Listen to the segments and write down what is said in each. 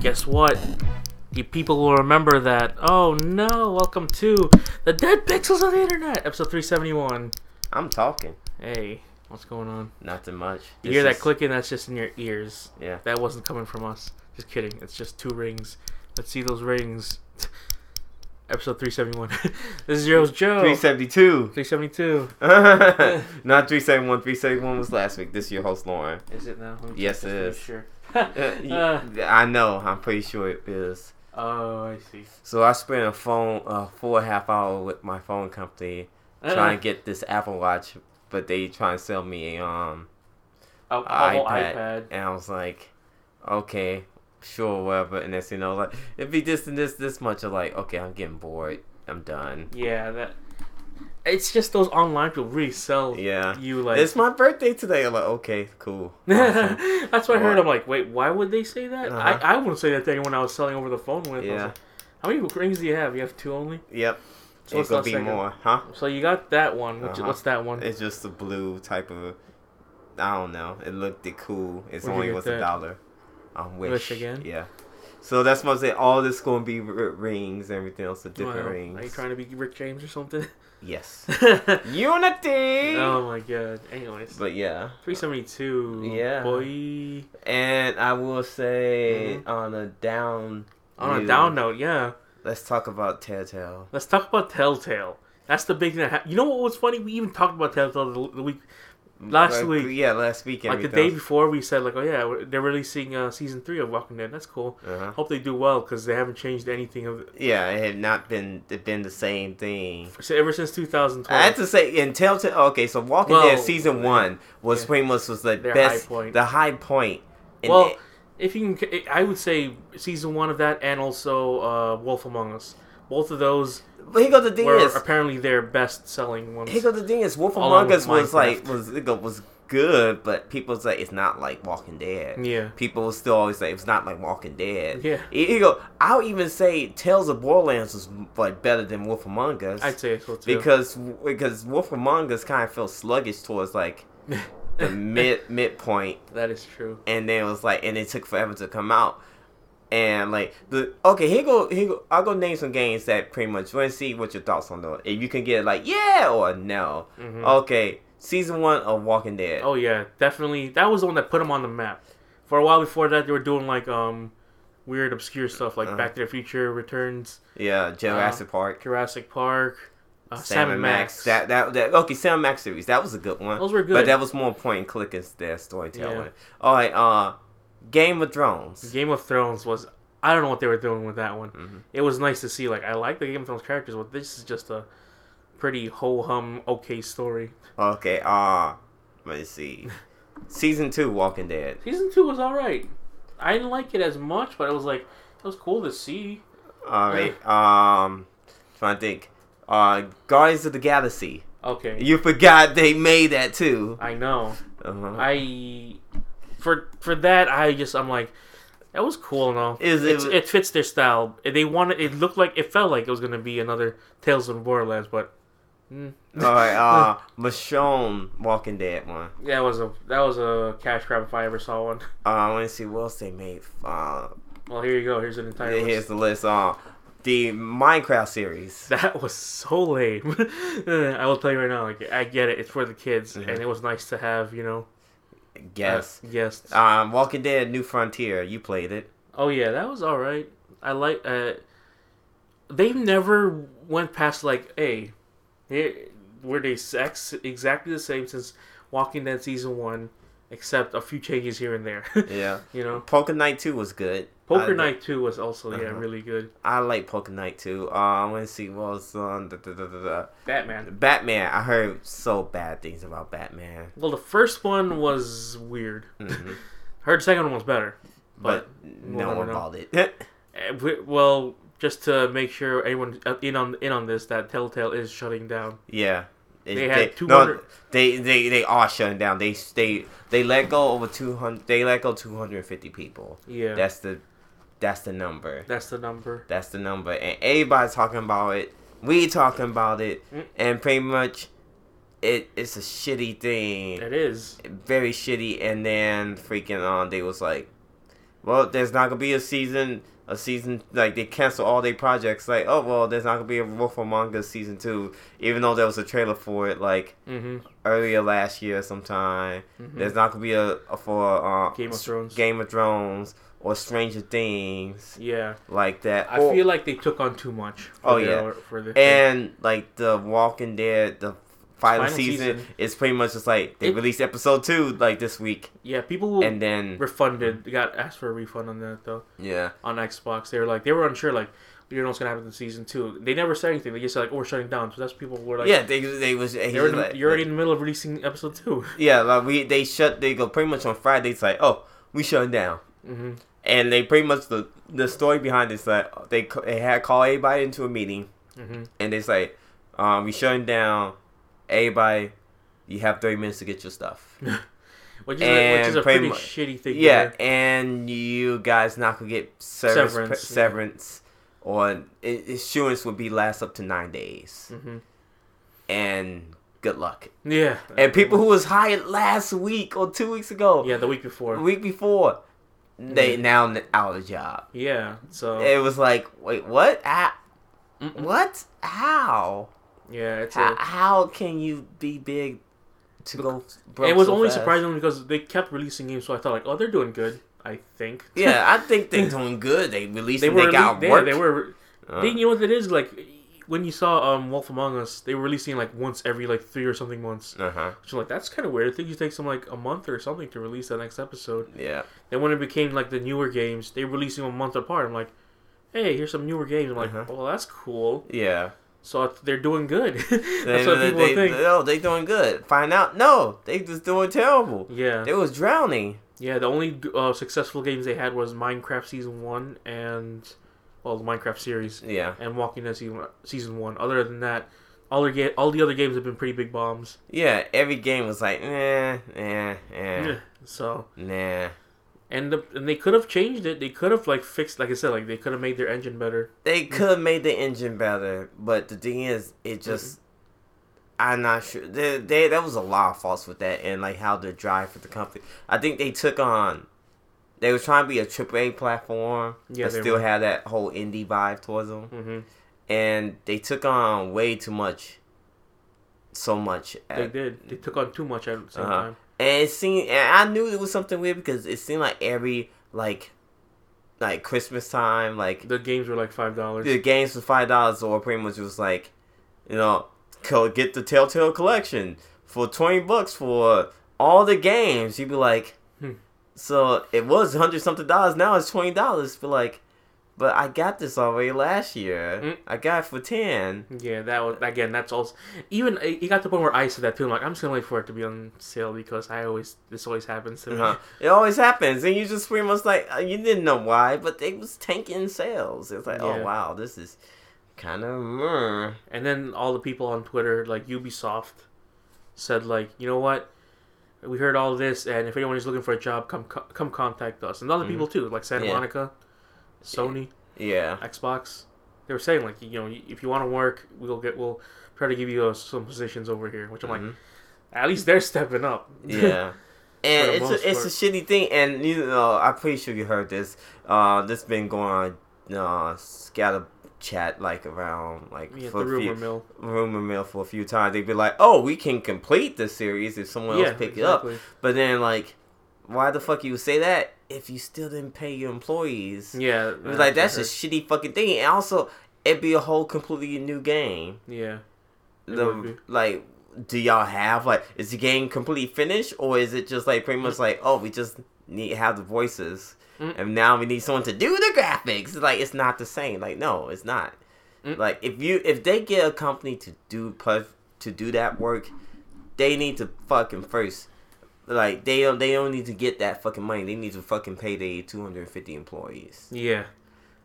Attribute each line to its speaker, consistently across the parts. Speaker 1: guess what? You people will remember that. Oh no! Welcome to the Dead Pixels of the Internet, episode 371.
Speaker 2: I'm talking.
Speaker 1: Hey, what's going on?
Speaker 2: Nothing much.
Speaker 1: You
Speaker 2: This
Speaker 1: hear that
Speaker 2: is-
Speaker 1: clicking? That's just in your ears.
Speaker 2: Yeah.
Speaker 1: That wasn't coming from us. Just kidding. It's just two rings. Let's see those rings. Episode 371. this is your host, Joe.
Speaker 2: 372.
Speaker 1: 372.
Speaker 2: Not 371. 371 was last week. This is your host, Lauren.
Speaker 1: Is it now? Let me
Speaker 2: Yes,
Speaker 1: check
Speaker 2: it
Speaker 1: just
Speaker 2: is.
Speaker 1: to make Sure.
Speaker 2: Uh,
Speaker 1: Uh,
Speaker 2: I know. I'm pretty sure it is.
Speaker 1: oh, I see.
Speaker 2: So I spent a phone, uh, four and a half hour with my phone company
Speaker 1: Uh.
Speaker 2: trying to get this Apple Watch, but they trying to sell me a um,
Speaker 1: Oh,
Speaker 2: iPad.
Speaker 1: oh, iPad.
Speaker 2: And I was like, okay, sure, whatever. And next thing you know, like, it'd be this and this, this much. I'm like, okay, I'm getting bored. I'm done.
Speaker 1: Yeah, that. It's just those online people resell
Speaker 2: Yeah.
Speaker 1: you like.
Speaker 2: it's my birthday today. I'm like, okay, cool. Um, Awesome.
Speaker 1: That's what I heard.
Speaker 2: Or-
Speaker 1: I'm like, wait, why would they say that?
Speaker 2: Uh-huh.
Speaker 1: I, I wouldn't say that to anyone I was selling over the phone with. I was
Speaker 2: Yeah.
Speaker 1: like, How many rings do you have? You have two only.
Speaker 2: Yep.
Speaker 1: So
Speaker 2: it's
Speaker 1: what's
Speaker 2: gonna
Speaker 1: that
Speaker 2: be
Speaker 1: second?
Speaker 2: more, huh?
Speaker 1: So you got that one. Which,
Speaker 2: Uh-huh.
Speaker 1: What's that one?
Speaker 2: It's just a blue type of. I don't know. It looked it cool.
Speaker 1: Where'd
Speaker 2: It's
Speaker 1: you
Speaker 2: only
Speaker 1: get
Speaker 2: was
Speaker 1: that?
Speaker 2: a dollar. On wish.
Speaker 1: Wish again?
Speaker 2: Yeah. So that's what I'm saying. All this gonna be r- rings. Everything else are different
Speaker 1: Wow.
Speaker 2: rings.
Speaker 1: Are you trying to be Rick James or something?
Speaker 2: Yes.
Speaker 1: oh
Speaker 2: Unity.
Speaker 1: my god. Anyways,
Speaker 2: But yeah,
Speaker 1: 372.
Speaker 2: Yeah.
Speaker 1: Boy.
Speaker 2: and I will say
Speaker 1: Mm-hmm.
Speaker 2: on a down.
Speaker 1: On a
Speaker 2: note,
Speaker 1: down note, yeah.
Speaker 2: Let's talk about Telltale.
Speaker 1: Let's talk about Telltale. That's the big thing that happened. You know what was funny? We even talked about Telltale the, the week last
Speaker 2: Like,
Speaker 1: week.
Speaker 2: Yeah, last week.
Speaker 1: Like the day before, we said like, "Oh yeah, we're- they're releasing uh, season three of Walking Dead. That's cool.
Speaker 2: Uh-huh.
Speaker 1: Hope they do well because they haven't changed anything of
Speaker 2: Yeah, it had not been it been the same thing.
Speaker 1: so ever since 2012.
Speaker 2: I have to say, in Telltale, okay, so Walking
Speaker 1: Well,
Speaker 2: Dead season one was
Speaker 1: yeah.
Speaker 2: pretty much was the
Speaker 1: Their
Speaker 2: best,
Speaker 1: high point.
Speaker 2: the high point. And
Speaker 1: well,
Speaker 2: it-
Speaker 1: if you can, c- I would say season one of that and also uh, Wolf Among Us. Both of those
Speaker 2: but here goes the thing
Speaker 1: were
Speaker 2: is,
Speaker 1: apparently their best selling ones.
Speaker 2: here goes the thing is, Wolf
Speaker 1: Along
Speaker 2: Among Us
Speaker 1: with
Speaker 2: was like
Speaker 1: Minecraft.
Speaker 2: was it go- was good, but people say it's not like Walking Dead.
Speaker 1: Yeah.
Speaker 2: people will still always say it's not like Walking Dead.
Speaker 1: Yeah.
Speaker 2: Here you go. I'll even say Tales of Borderlands was like better than Wolf Among Us
Speaker 1: I'd say so too.
Speaker 2: because because Wolf Among Us kind of feels sluggish towards like the mid midpoint
Speaker 1: that is true.
Speaker 2: and then it was like, and it took forever to come out. And like the okay, here go here go, I'll go name some games that pretty much want to see what your thoughts on those. If you can get like yeah or no.
Speaker 1: Mhm.
Speaker 2: Okay, season one of Walking Dead.
Speaker 1: Oh yeah, definitely. That was the one that put them on the map. For a while before that, they were doing like um weird, obscure stuff like
Speaker 2: Uh-huh.
Speaker 1: Back to the Future Returns,
Speaker 2: Yeah,
Speaker 1: Uh-huh.
Speaker 2: Jurassic Park,
Speaker 1: Jurassic Park, uh,
Speaker 2: Sam and Max. That, that that okay, Sam and Max series that was a good one.
Speaker 1: Those were
Speaker 2: but
Speaker 1: good.
Speaker 2: that was more point and click instead of storytelling.
Speaker 1: Yeah.
Speaker 2: All right, uh, Game of Thrones.
Speaker 1: Game of Thrones was. I don't know what they were doing with that one.
Speaker 2: Mhm.
Speaker 1: It was nice to see. Like I like the Game of Thrones characters, but this is just a pretty ho hum okay story.
Speaker 2: Okay, uh, let me see, season two Walking Dead.
Speaker 1: Season two was all right. I didn't like it as much, but it was like it was cool to see.
Speaker 2: All right. Um, trying to think. Uh, Guardians of the Galaxy.
Speaker 1: Okay,
Speaker 2: You forgot they made that too.
Speaker 1: I know.
Speaker 2: Uh-huh.
Speaker 1: I for for that I just I'm like that was cool and all.
Speaker 2: Is it-
Speaker 1: It's- it fits their style. They wanted it looked like it felt like it was gonna be another Tales of Borderlands, but mm,
Speaker 2: All right. Uh, Michonne Walking Dead one.
Speaker 1: that was a that was a cash grab if I ever saw one.
Speaker 2: Uh, let me see what else they made. Uh,
Speaker 1: Well, here you go. Here's an entire list.
Speaker 2: here's the list. Uh, the Minecraft series.
Speaker 1: That was so lame. I will tell you right now. Like I get it. It's for the kids, and it was nice to have you know uh,
Speaker 2: Yes.
Speaker 1: Mm-hmm. yes.
Speaker 2: Um, Walking Dead New Frontier. You played it.
Speaker 1: Oh yeah, that was all right. I like. Uh, they never went past like, hey, here- were they sex exactly the same since Walking Dead season one, except a few changes here and there.
Speaker 2: Yeah.
Speaker 1: you know,
Speaker 2: Poker Night Two was good.
Speaker 1: Poker
Speaker 2: I-
Speaker 1: Night two was also yeah
Speaker 2: Uh-huh.
Speaker 1: really good.
Speaker 2: I like Poker Night Two. Uh, let me see what else on. Da, da, da, da, da.
Speaker 1: Batman.
Speaker 2: Batman. I heard so bad things about Batman.
Speaker 1: Well, the first one was weird.
Speaker 2: Mhm.
Speaker 1: Heard the second one was better,
Speaker 2: but
Speaker 1: but,
Speaker 2: no
Speaker 1: never
Speaker 2: one
Speaker 1: know.
Speaker 2: bought it.
Speaker 1: Eh, we- well, just to make sure anyone uh, in on in on this that Telltale is shutting down.
Speaker 2: yeah.
Speaker 1: They had 200
Speaker 2: they they they are shutting down. They they they let go over two hundred. They let go two hundred and fifty people.
Speaker 1: Yeah, that's,
Speaker 2: That's the that's the number.
Speaker 1: the number.
Speaker 2: That's the number. And everybody's talking about it. We talking about it.
Speaker 1: Mm.
Speaker 2: And pretty much, it it's a shitty thing.
Speaker 1: It is.
Speaker 2: Very shitty. And then freaking on, they was um, like, well, there's not gonna be a season. A season like they cancel all their projects. Like, oh well, there's not gonna be a Wolf Among Us season two, even though there was a trailer for it like
Speaker 1: Mm-hmm.
Speaker 2: earlier last year sometime. There's not gonna be a, a for uh,
Speaker 1: Game of Thrones.
Speaker 2: Game of Thrones or Stranger Things
Speaker 1: Yeah,
Speaker 2: like that.
Speaker 1: I
Speaker 2: Or-
Speaker 1: feel like they took on too much. For
Speaker 2: Oh,
Speaker 1: their,
Speaker 2: yeah.
Speaker 1: for the
Speaker 2: and like the Walking Dead, the final,
Speaker 1: Final
Speaker 2: season,
Speaker 1: season.
Speaker 2: is pretty much just like they
Speaker 1: It-
Speaker 2: released episode two like this week,
Speaker 1: yeah, people will
Speaker 2: and then
Speaker 1: refunded. They got asked for a refund on that though
Speaker 2: yeah,
Speaker 1: on Xbox. They were like they were unsure like you know what's gonna happen in season two. They never said anything. They just said like oh, we're shutting down. So that's people were like
Speaker 2: yeah, they they was he
Speaker 1: You're,
Speaker 2: was
Speaker 1: in the,
Speaker 2: like-
Speaker 1: you're already in the middle of releasing episode 2
Speaker 2: yeah like we they shut they go pretty much on Friday. It's like oh we shutting down.
Speaker 1: Mm-hmm.
Speaker 2: And they pretty much the the story behind this like they ca- they had call everybody into a meeting
Speaker 1: Mm-hmm.
Speaker 2: and it's like, um, we shutting down. Everybody, you have thirty minutes to get your stuff.
Speaker 1: Which is a, which is
Speaker 2: And
Speaker 1: a
Speaker 2: pretty
Speaker 1: pretty
Speaker 2: much-
Speaker 1: shitty thing.
Speaker 2: yeah,
Speaker 1: there.
Speaker 2: and you guys not gonna get
Speaker 1: Severance,
Speaker 2: severance. Severance,
Speaker 1: yeah.
Speaker 2: severance or i- insurance would be last up to nine days.
Speaker 1: Mhm.
Speaker 2: And good luck.
Speaker 1: Yeah.
Speaker 2: And people who was hired last week or two weeks ago,
Speaker 1: Yeah, the week before.
Speaker 2: week before, they now n- out of job.
Speaker 1: yeah. So
Speaker 2: It was like, wait, what? Ah,
Speaker 1: Mm-mm.
Speaker 2: what? How?
Speaker 1: yeah, it's
Speaker 2: How,
Speaker 1: a,
Speaker 2: how can you be big to go? broke
Speaker 1: it was
Speaker 2: so
Speaker 1: only
Speaker 2: fast?
Speaker 1: surprising because they kept releasing games, so I thought like, oh, they're doing good. I think.
Speaker 2: Yeah, I think they're doing good. They released.
Speaker 1: they
Speaker 2: They,
Speaker 1: were.
Speaker 2: they got
Speaker 1: rele- yeah,
Speaker 2: work.
Speaker 1: they were.
Speaker 2: Uh.
Speaker 1: They, you know what it is like when you saw um, Wolf Among Us, they were releasing like once every like three or something months.
Speaker 2: Uh huh.
Speaker 1: So like that's kind of weird. I think it takes them like a month or something to release the next episode.
Speaker 2: Yeah.
Speaker 1: Then when it became like the newer games, they were releasing them a month apart. I'm like, hey, here's some newer games. I'm like,
Speaker 2: Uh-huh.
Speaker 1: well, that's cool.
Speaker 2: Yeah.
Speaker 1: So they're doing good.
Speaker 2: They,
Speaker 1: that's what people
Speaker 2: they,
Speaker 1: think.
Speaker 2: No, they doing good. Find out. No, they just doing terrible.
Speaker 1: yeah,
Speaker 2: They was drowning.
Speaker 1: yeah. The only uh, successful games they had was Minecraft season one and well, the Minecraft series
Speaker 2: Yeah.
Speaker 1: and Walking Dead season, season one. Other than that, all the ga- all the other games have been pretty big bombs.
Speaker 2: Yeah. Every game was like, nah, nah, nah,
Speaker 1: So
Speaker 2: nah.
Speaker 1: and the, and they could have changed it. They could have like fixed, like I said, like they could have made their engine better.
Speaker 2: They could have made the engine better, but the thing is, it just. I'm not sure. They, they, there was a lot of faults with that, and like how the drive for the company. I think they took on. They were trying to be a AAA platform,
Speaker 1: Yeah,
Speaker 2: but
Speaker 1: they
Speaker 2: still
Speaker 1: were.
Speaker 2: had that whole indie vibe towards them.
Speaker 1: hmm
Speaker 2: and they took on way too much, so much.
Speaker 1: They
Speaker 2: At,
Speaker 1: did. They took on too much at the same
Speaker 2: Uh-huh.
Speaker 1: time.
Speaker 2: and it seemed, and I knew it was something weird because it seemed like every like, like Christmas time, like
Speaker 1: The games were like five dollars.
Speaker 2: the games for five dollars or pretty much was like, you know, co- get the Telltale collection for twenty bucks for all the games. You'd be like,
Speaker 1: Hmm.
Speaker 2: so it was hundred something dollars. Now it's twenty dollars. Be like. But I got this already last year.
Speaker 1: Mm.
Speaker 2: I got it for ten.
Speaker 1: Yeah, that was again. That's also even it it got to the point where I said that too. I'm like, I'm just gonna wait for it to be on sale because I always this always happens to me.
Speaker 2: Uh-huh. It always happens, and you just pretty much like uh, you didn't know why, but they was tanking sales. It's like,
Speaker 1: Yeah.
Speaker 2: oh wow, this is kind of. Mm.
Speaker 1: And then all the people on Twitter, like Ubisoft, said like, you know what? We heard all this, and if anyone is looking for a job, come co- come contact us. And other people too, like Santa
Speaker 2: Mm-hmm. Yeah.
Speaker 1: Monica, Sony,
Speaker 2: Yeah,
Speaker 1: Xbox. They were saying like, you know, if you want to work, we'll get we'll try to give you uh, some positions over here. Which I'm like,
Speaker 2: Mhm.
Speaker 1: at least they're stepping up.
Speaker 2: yeah. And
Speaker 1: For the
Speaker 2: it's
Speaker 1: most
Speaker 2: a, it's a shitty thing, and you know I'm pretty sure you heard this. Uh, this been going on uh, scatter chat like around like
Speaker 1: yeah, the
Speaker 2: for a few,
Speaker 1: rumor mill.
Speaker 2: rumor mill for a few times. They'd be like, "Oh, we can complete the series if someone
Speaker 1: Yeah,
Speaker 2: else pick it
Speaker 1: exactly.
Speaker 2: up." But then, like, why the fuck you would say that if you still didn't pay your employees?
Speaker 1: Yeah,
Speaker 2: It was like that's a
Speaker 1: I heard.
Speaker 2: shitty fucking thing, and also it'd be a whole completely new game.
Speaker 1: yeah. It would
Speaker 2: The,
Speaker 1: be.
Speaker 2: like, do y'all have like is the game completely finished, or is it just like pretty much like oh we just need to have the voices,
Speaker 1: Mm.
Speaker 2: and now we need someone to do the graphics? It's like it's not the same. Like no, it's not.
Speaker 1: Mm.
Speaker 2: Like if you if they get a company to do pu- to do that work, they need to fucking first. Like they don't they don't need to get that fucking money. They need to fucking pay their two hundred and fifty employees.
Speaker 1: Yeah.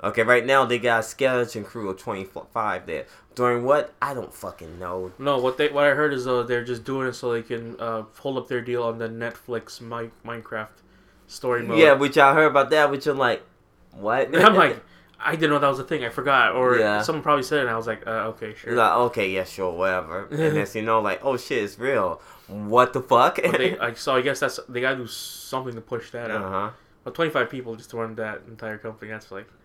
Speaker 2: Okay, right now they got a skeleton crew of 25 there. During what? I don't fucking know.
Speaker 1: No, what they what I heard is though they're just doing it so they can uh, hold up their deal on the Netflix Mi- Minecraft story mode.
Speaker 2: Yeah, which I heard about that, which I'm like, what?
Speaker 1: And I'm like, I didn't know that was a thing. I forgot, or
Speaker 2: Yeah.
Speaker 1: someone probably said it, and I was like, uh, okay, sure.
Speaker 2: like, okay, yeah, sure, whatever. and then you know, like, oh shit, it's real. What the fuck?
Speaker 1: uh, But they, like, so I guess that's they gotta do something to push that out.
Speaker 2: uh-huh.
Speaker 1: Well, 25 people just to run that entire company. That's like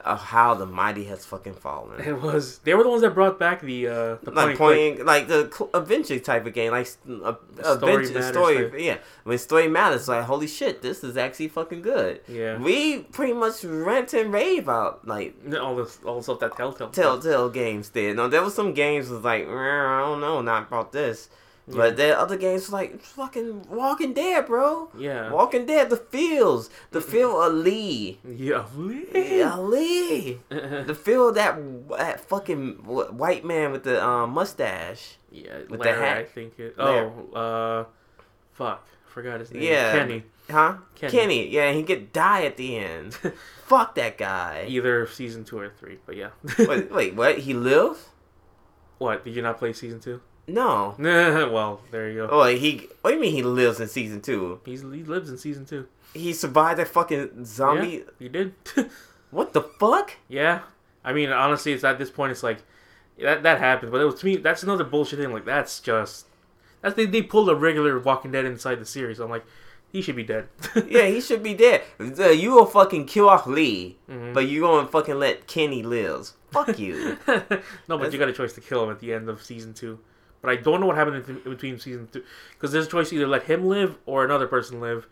Speaker 2: Of Oh, how the mighty has fucking fallen.
Speaker 1: it was. They were the ones that brought back the uh, the point
Speaker 2: like
Speaker 1: and click.
Speaker 2: pointing, like the cl- adventure type of game, like s- a,
Speaker 1: story
Speaker 2: adventure
Speaker 1: matters
Speaker 2: story.
Speaker 1: type.
Speaker 2: Yeah, when story matters, like holy shit, this is actually fucking good.
Speaker 1: Yeah.
Speaker 2: we pretty much rant and rave out like
Speaker 1: all this all the stuff that Telltale.
Speaker 2: Telltale games did. Now there was some games was like "Eh, I don't know, not about this, but there other games was like fucking Walking Dead, bro.
Speaker 1: Yeah.
Speaker 2: Walking Dead, the feels, the feel of Lee,
Speaker 1: yeah.
Speaker 2: yeah, Lee,
Speaker 1: yeah.
Speaker 2: the feel of that that fucking wh- white man with the um, mustache.
Speaker 1: With
Speaker 2: the
Speaker 1: Larry,
Speaker 2: hat.
Speaker 1: I think it.
Speaker 2: Larry.
Speaker 1: Oh, uh, fuck, forgot his name.
Speaker 2: Yeah.
Speaker 1: Kenny.
Speaker 2: Huh?
Speaker 1: Kenny.
Speaker 2: Kenny. Yeah, he could die at the end. Fuck that guy.
Speaker 1: Either season two or three, but yeah.
Speaker 2: wait, wait, what? He lived?
Speaker 1: what? Did you not play season two?
Speaker 2: No.
Speaker 1: well, there you go.
Speaker 2: Oh, he. What do you mean he lives in season two?
Speaker 1: He's, he lives in season two.
Speaker 2: He survived that fucking
Speaker 1: Yeah,
Speaker 2: zombie.
Speaker 1: he did.
Speaker 2: What the fuck?
Speaker 1: yeah, I mean, honestly, it's at this point, it's like that that happened, but it was to me. That's another bullshit thing. Like that's just that's they they pulled a regular Walking Dead inside the series. I'm like, he should be dead.
Speaker 2: Yeah, he should be dead. Uh, You will fucking kill off Lee,
Speaker 1: Mm-hmm.
Speaker 2: but you gonna fucking let Kenny lives. Fuck you.
Speaker 1: no, but you got a choice to kill him at the end of season two. But I don't know what happened in, in between season two because there's a choice to either let him live or another person live,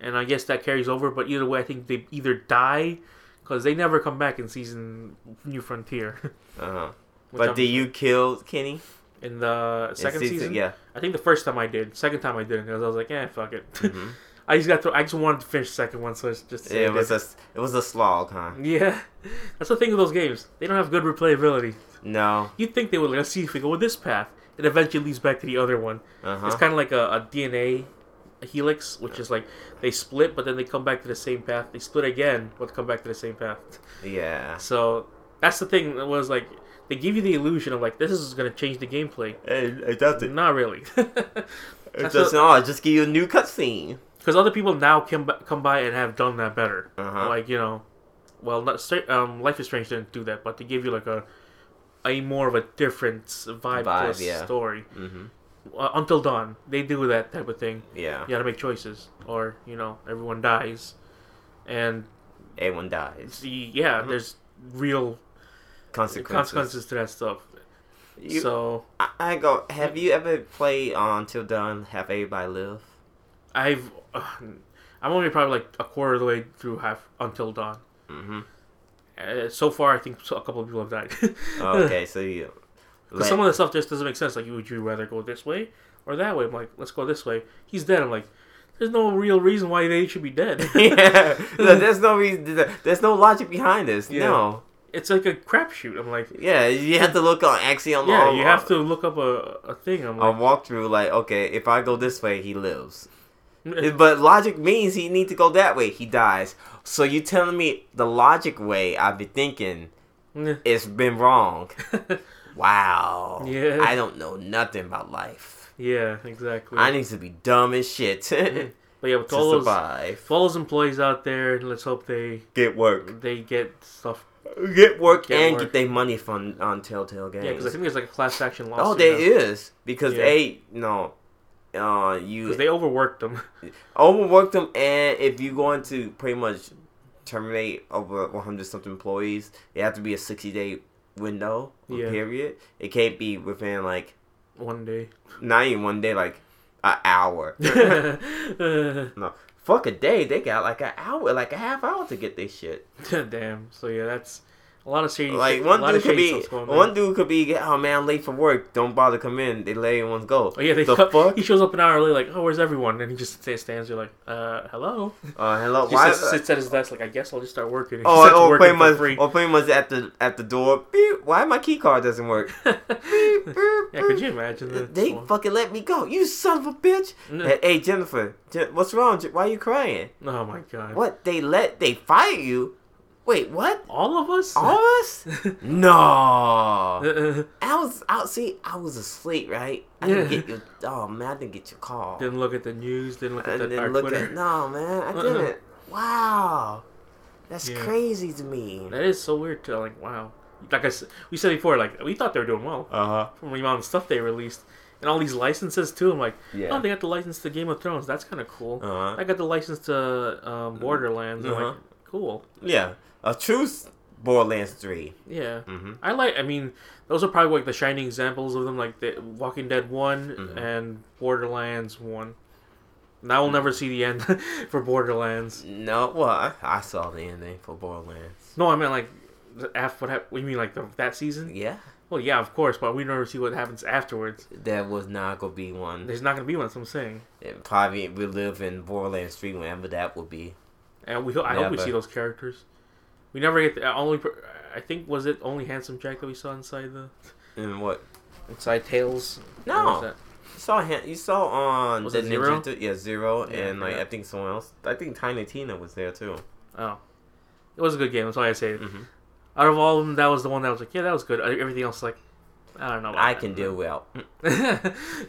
Speaker 1: and I guess that carries over. But either way, I think they either die because they never come back in season New Frontier
Speaker 2: Uh-huh.
Speaker 1: Which
Speaker 2: But
Speaker 1: I'm-
Speaker 2: did you kill Kenny?
Speaker 1: in the
Speaker 2: in
Speaker 1: second season.
Speaker 2: Yeah.
Speaker 1: I think the first time I did. Second time I didn't because I was like, eh, fuck it.
Speaker 2: Mm-hmm.
Speaker 1: I just got to. I just wanted to finish the second one, so it's just
Speaker 2: It was a it was a slog, huh?
Speaker 1: yeah. That's the thing with those games. They don't have good replayability.
Speaker 2: No.
Speaker 1: You'd think they would let's see if we go with this path. It eventually leads back to the other one.
Speaker 2: Uh
Speaker 1: It's
Speaker 2: huh.
Speaker 1: kind of like a, a DNA helix, which is like they split, but then they come back to the same path. They split again, but come back to the same path.
Speaker 2: Yeah.
Speaker 1: So that's the thing. That was like they give you the illusion of like this is gonna change the gameplay.
Speaker 2: It, it does it.
Speaker 1: Not really,
Speaker 2: It
Speaker 1: That's
Speaker 2: does
Speaker 1: a-
Speaker 2: not. Just give you a new cutscene.
Speaker 1: because other people now come b- come by and have done that better.
Speaker 2: Uh-huh.
Speaker 1: Like you know, well, not Stra- um, Life is Strange didn't do that, but they give you like a a more of a different vibe, to
Speaker 2: Vibe,
Speaker 1: a
Speaker 2: yeah.
Speaker 1: story.
Speaker 2: Mm-hmm.
Speaker 1: Uh, Until Dawn, they do that type of thing.
Speaker 2: Yeah.
Speaker 1: you gotta make choices or you know everyone dies and
Speaker 2: Everyone dies.
Speaker 1: see yeah there's real
Speaker 2: Mm-hmm. Consequences.
Speaker 1: consequences to that stuff
Speaker 2: You,
Speaker 1: so
Speaker 2: I, I go. Have you ever played uh, Until Dawn? Have everybody live?
Speaker 1: i've uh, i'm only probably like a quarter of the way through half until dawn
Speaker 2: Mm-hmm.
Speaker 1: uh, so far i think so, a couple of people have died
Speaker 2: Oh, Okay, so you.
Speaker 1: 'Cause some of the stuff just doesn't make sense like would you rather go this way or that way i'm like let's go this way he's dead i'm like there's no real reason why they should be dead
Speaker 2: yeah. No, there's no reason. There's no logic behind this.
Speaker 1: Yeah.
Speaker 2: No.
Speaker 1: it's like a crapshoot i'm like
Speaker 2: Yeah, you have to look on actually on
Speaker 1: yeah
Speaker 2: on-
Speaker 1: you have to look up a, a thing i'm
Speaker 2: on
Speaker 1: like
Speaker 2: walkthrough. Like, okay, if I go this way, he lives. But logic means he need to go that way. He dies. So you telling me the logic way I've been thinking it's been wrong. Wow.
Speaker 1: Yeah.
Speaker 2: I don't know nothing about life.
Speaker 1: yeah exactly
Speaker 2: I need to be dumb as shit to
Speaker 1: But yeah, with all those,
Speaker 2: survive.
Speaker 1: with all those employees out there, and let's hope they
Speaker 2: Get work.
Speaker 1: they get stuff.
Speaker 2: Get work
Speaker 1: Get
Speaker 2: and
Speaker 1: work.
Speaker 2: get their money from on Telltale Games.
Speaker 1: Yeah, because I think there's like a class action lawsuit.
Speaker 2: oh, there is because
Speaker 1: Yeah.
Speaker 2: they no, uh, you
Speaker 1: Because they overworked them.
Speaker 2: overworked them, and if you're going to pretty much terminate over 100 something employees, it have to be a 60 day window or
Speaker 1: Yeah.
Speaker 2: period. It can't be within like
Speaker 1: One day.
Speaker 2: not even one day, like an hour.
Speaker 1: Damn.
Speaker 2: no, fuck a day. They got like an hour, like a half hour to get this shit.
Speaker 1: So yeah, that's a lot of shady.
Speaker 2: Like
Speaker 1: shit-
Speaker 2: one
Speaker 1: a lot
Speaker 2: dude
Speaker 1: of
Speaker 2: could
Speaker 1: shady
Speaker 2: be,
Speaker 1: stuff's going on.
Speaker 2: one dude could be, oh man, I'm late for work. Don't bother come in. They let everyone go.
Speaker 1: Oh yeah, they
Speaker 2: the
Speaker 1: come-
Speaker 2: fuck?
Speaker 1: he shows up an hour late. Like, oh, where's everyone? And he just sta- stands. there like, uh, hello.
Speaker 2: Uh, hello.
Speaker 1: He
Speaker 2: Why?
Speaker 1: sits, sits at his desk. Like, I guess I'll just start working. He starts
Speaker 2: Oh, or
Speaker 1: working
Speaker 2: pretty
Speaker 1: for
Speaker 2: much,
Speaker 1: free.
Speaker 2: or pretty much at the at the door. Beep, why my key card doesn't work? Beep, beep,
Speaker 1: yeah, could
Speaker 2: beep.
Speaker 1: you imagine that?
Speaker 2: They fucking let me go. You son of a bitch.
Speaker 1: No.
Speaker 2: Hey, hey, Jennifer, Jen- what's wrong? Je- Why you crying?
Speaker 1: oh my god.
Speaker 2: What? They let they fire you? Wait, what?
Speaker 1: All of us?
Speaker 2: All of us? no.
Speaker 1: Uh-uh.
Speaker 2: I was out. See, I was asleep. Right? I didn't
Speaker 1: Yeah.
Speaker 2: get your. Oh man, I didn't get your call.
Speaker 1: Didn't look at the news. Didn't look
Speaker 2: I
Speaker 1: at the, our
Speaker 2: didn't look
Speaker 1: Twitter.
Speaker 2: at. No man, I
Speaker 1: Uh-uh.
Speaker 2: didn't. Wow, that's
Speaker 1: Yeah.
Speaker 2: crazy to me.
Speaker 1: That is so weird to like. Wow. Like I s- we said before, like we thought they were doing well
Speaker 2: Uh huh.
Speaker 1: from the amount of stuff they released, and all these licenses too. I'm like,
Speaker 2: Yeah.
Speaker 1: oh, they got the license to Game of Thrones. That's kind of cool.
Speaker 2: Uh-huh.
Speaker 1: I got the license to um, Borderlands. I'm like,
Speaker 2: Uh-huh.
Speaker 1: cool.
Speaker 2: Yeah, a true s- Borderlands three.
Speaker 1: Yeah,
Speaker 2: Mhm.
Speaker 1: I like. I mean, those are probably like the shining examples of them, like the Walking Dead one and Borderlands one. And I will never see the end for Borderlands.
Speaker 2: No, well, I, I saw the ending for Borderlands.
Speaker 1: No, I meant like the af what hap- what you mean like the, that season?
Speaker 2: Yeah,
Speaker 1: Well, yeah, of course, but we never see what happens afterwards.
Speaker 2: that was not gonna be one.
Speaker 1: There's not gonna be one. That's what I'm saying.
Speaker 2: It probably we live in Borderlands three whenever that will be.
Speaker 1: And we, ho- I hope we
Speaker 2: Never.
Speaker 1: see those characters. We never get the uh, only. per- I think was it only handsome Jack that we saw inside the
Speaker 2: And what?
Speaker 1: inside Tails. What
Speaker 2: No.
Speaker 1: was that?
Speaker 2: You saw him. You saw on
Speaker 1: Was
Speaker 2: the
Speaker 1: it Zero?
Speaker 2: Ninja, yeah, zero,
Speaker 1: Yeah,
Speaker 2: and like
Speaker 1: yeah.
Speaker 2: I think someone else. I think Tiny Tina was there too.
Speaker 1: Oh, it was a good game. That's why I say it.
Speaker 2: Mhm.
Speaker 1: Out of all of them, that was the one that was like, yeah, that was good. Uh, Everything else, like, I don't know. about
Speaker 2: I
Speaker 1: that.
Speaker 2: can do well.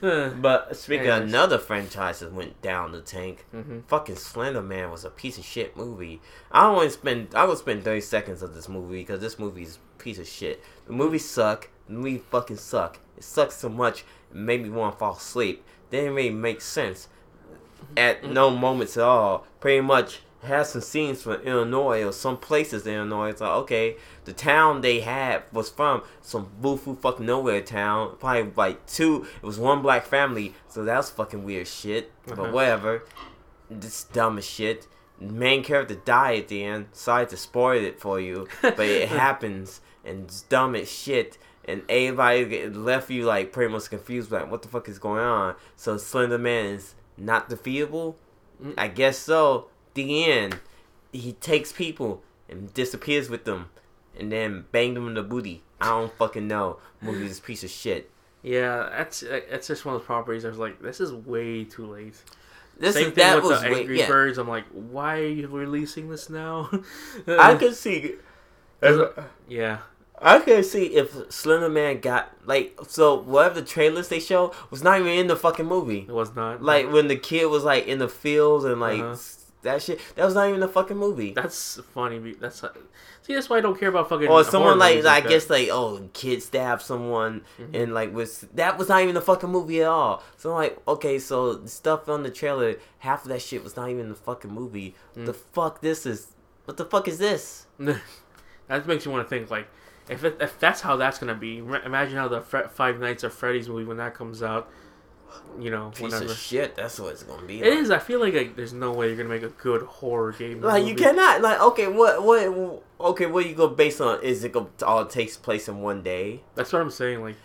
Speaker 1: Uh,
Speaker 2: But speaking of
Speaker 1: Anyways.
Speaker 2: another franchise that went down the tank,
Speaker 1: Mhm.
Speaker 2: fucking Slender Man was a piece of shit movie. I don't want to spend I would spend thirty seconds of this movie because this movie is a piece of shit. The movies suck. The movie fucking suck. It sucks so much it made me want to fall asleep. Didn't really make sense at no moments at all. Pretty much has some scenes from Illinois or some places in Illinois. It's like, okay, the town they had was from some boo-foo fucking nowhere town. Probably like two, it was one black family, so that's fucking weird shit.
Speaker 1: Uh-huh.
Speaker 2: But whatever. This dumb as shit. Main character died at the end. Sorry to spoil it for you, but it happens and it's dumb as shit. And everybody get- left you like pretty much confused, like what the fuck is going on? So Slender Man is not defeatable.
Speaker 1: Mm.
Speaker 2: I guess so. The end. He takes people and disappears with them, and then bang them in the booty. I don't fucking know. Movie is a piece of shit.
Speaker 1: yeah, that's uh, that's just one of those properties. I was like, this is way too late.
Speaker 2: This
Speaker 1: Same
Speaker 2: is
Speaker 1: thing
Speaker 2: that
Speaker 1: with
Speaker 2: was
Speaker 1: the
Speaker 2: way-
Speaker 1: Angry
Speaker 2: yeah.
Speaker 1: Birds. I'm like, why are you releasing this now?
Speaker 2: I could see.
Speaker 1: yeah.
Speaker 2: I could see if Slender Man got like so whatever the trailers they show was not even in the fucking movie.
Speaker 1: It was not
Speaker 2: Like when the kid was like in the fields and like
Speaker 1: Uh-huh.
Speaker 2: s- that shit, that was not even a fucking movie.
Speaker 1: that's funny. be- That's uh, see, that's why I don't care about fucking.
Speaker 2: Or
Speaker 1: horror
Speaker 2: someone like,
Speaker 1: movies
Speaker 2: I
Speaker 1: that.
Speaker 2: guess like oh kid stabbed someone
Speaker 1: Mm-hmm.
Speaker 2: and like was that was not even a fucking movie at all. So I'm like okay, so the stuff on the trailer, half of that shit was not even the fucking movie.
Speaker 1: Mm.
Speaker 2: The fuck this is. What the fuck is this?
Speaker 1: that makes you want to think like if it, if that's how that's gonna be. re- Imagine how the Fre- Five Nights at Freddy's movie when that comes out. You know,
Speaker 2: Piece
Speaker 1: whenever
Speaker 2: of shit. That's what it's gonna be.
Speaker 1: it is, I feel like, like there's no way you're gonna make a good horror game.
Speaker 2: Like you
Speaker 1: movie.
Speaker 2: cannot like okay what what okay what you go based on is it go, all takes place in one day
Speaker 1: That's what I'm saying. Like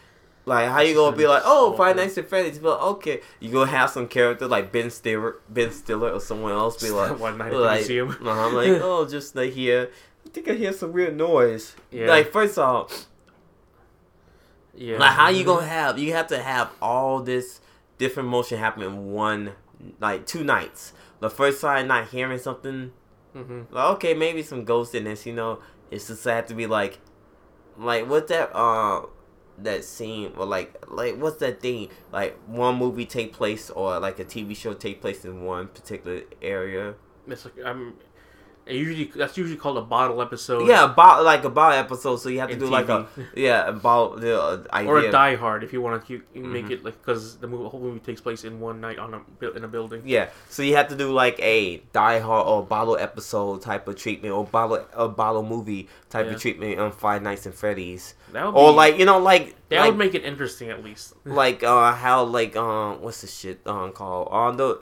Speaker 2: like how
Speaker 1: It's
Speaker 2: you gonna
Speaker 1: just
Speaker 2: be like oh
Speaker 1: awful.
Speaker 2: Five Nights at Freddy's but okay you gonna have some character like Ben Stiller Ben Stiller or someone else be like
Speaker 1: One night at the
Speaker 2: like
Speaker 1: museum.
Speaker 2: uh-huh, I'm like oh just like here I think I hear some weird noise
Speaker 1: Yeah.
Speaker 2: like first off
Speaker 1: yeah, Mm-hmm.
Speaker 2: like how you gonna have you have to have all this different motion happen in one like two nights the first time not hearing something
Speaker 1: hmm
Speaker 2: Like, okay, maybe some ghost in this, you know. It's just have to be like, like what's that uh that scene or like like what's that thing like one movie take place or like a TV show take place in one particular area.
Speaker 1: It's like I'm. It usually that's usually called a bottle episode.
Speaker 2: Yeah, about like a ball episode, so you have to
Speaker 1: In
Speaker 2: do like a
Speaker 1: TV.
Speaker 2: yeah a ball the uh, idea. Mm-hmm.
Speaker 1: Or a Die Hard, if you want to keep, make it like because the movie, whole movie takes place in one night on a bu- in a building.
Speaker 2: Yeah, so you have to do like a Die Hard or Bottle episode type of treatment, or Bottle a Bottle movie type
Speaker 1: Yeah.
Speaker 2: of treatment on Five Nights and Freddy's,
Speaker 1: That would
Speaker 2: or
Speaker 1: be-
Speaker 2: like you know like
Speaker 1: That
Speaker 2: like,
Speaker 1: would make it interesting at least.
Speaker 2: like uh how like um what's the shit um called on the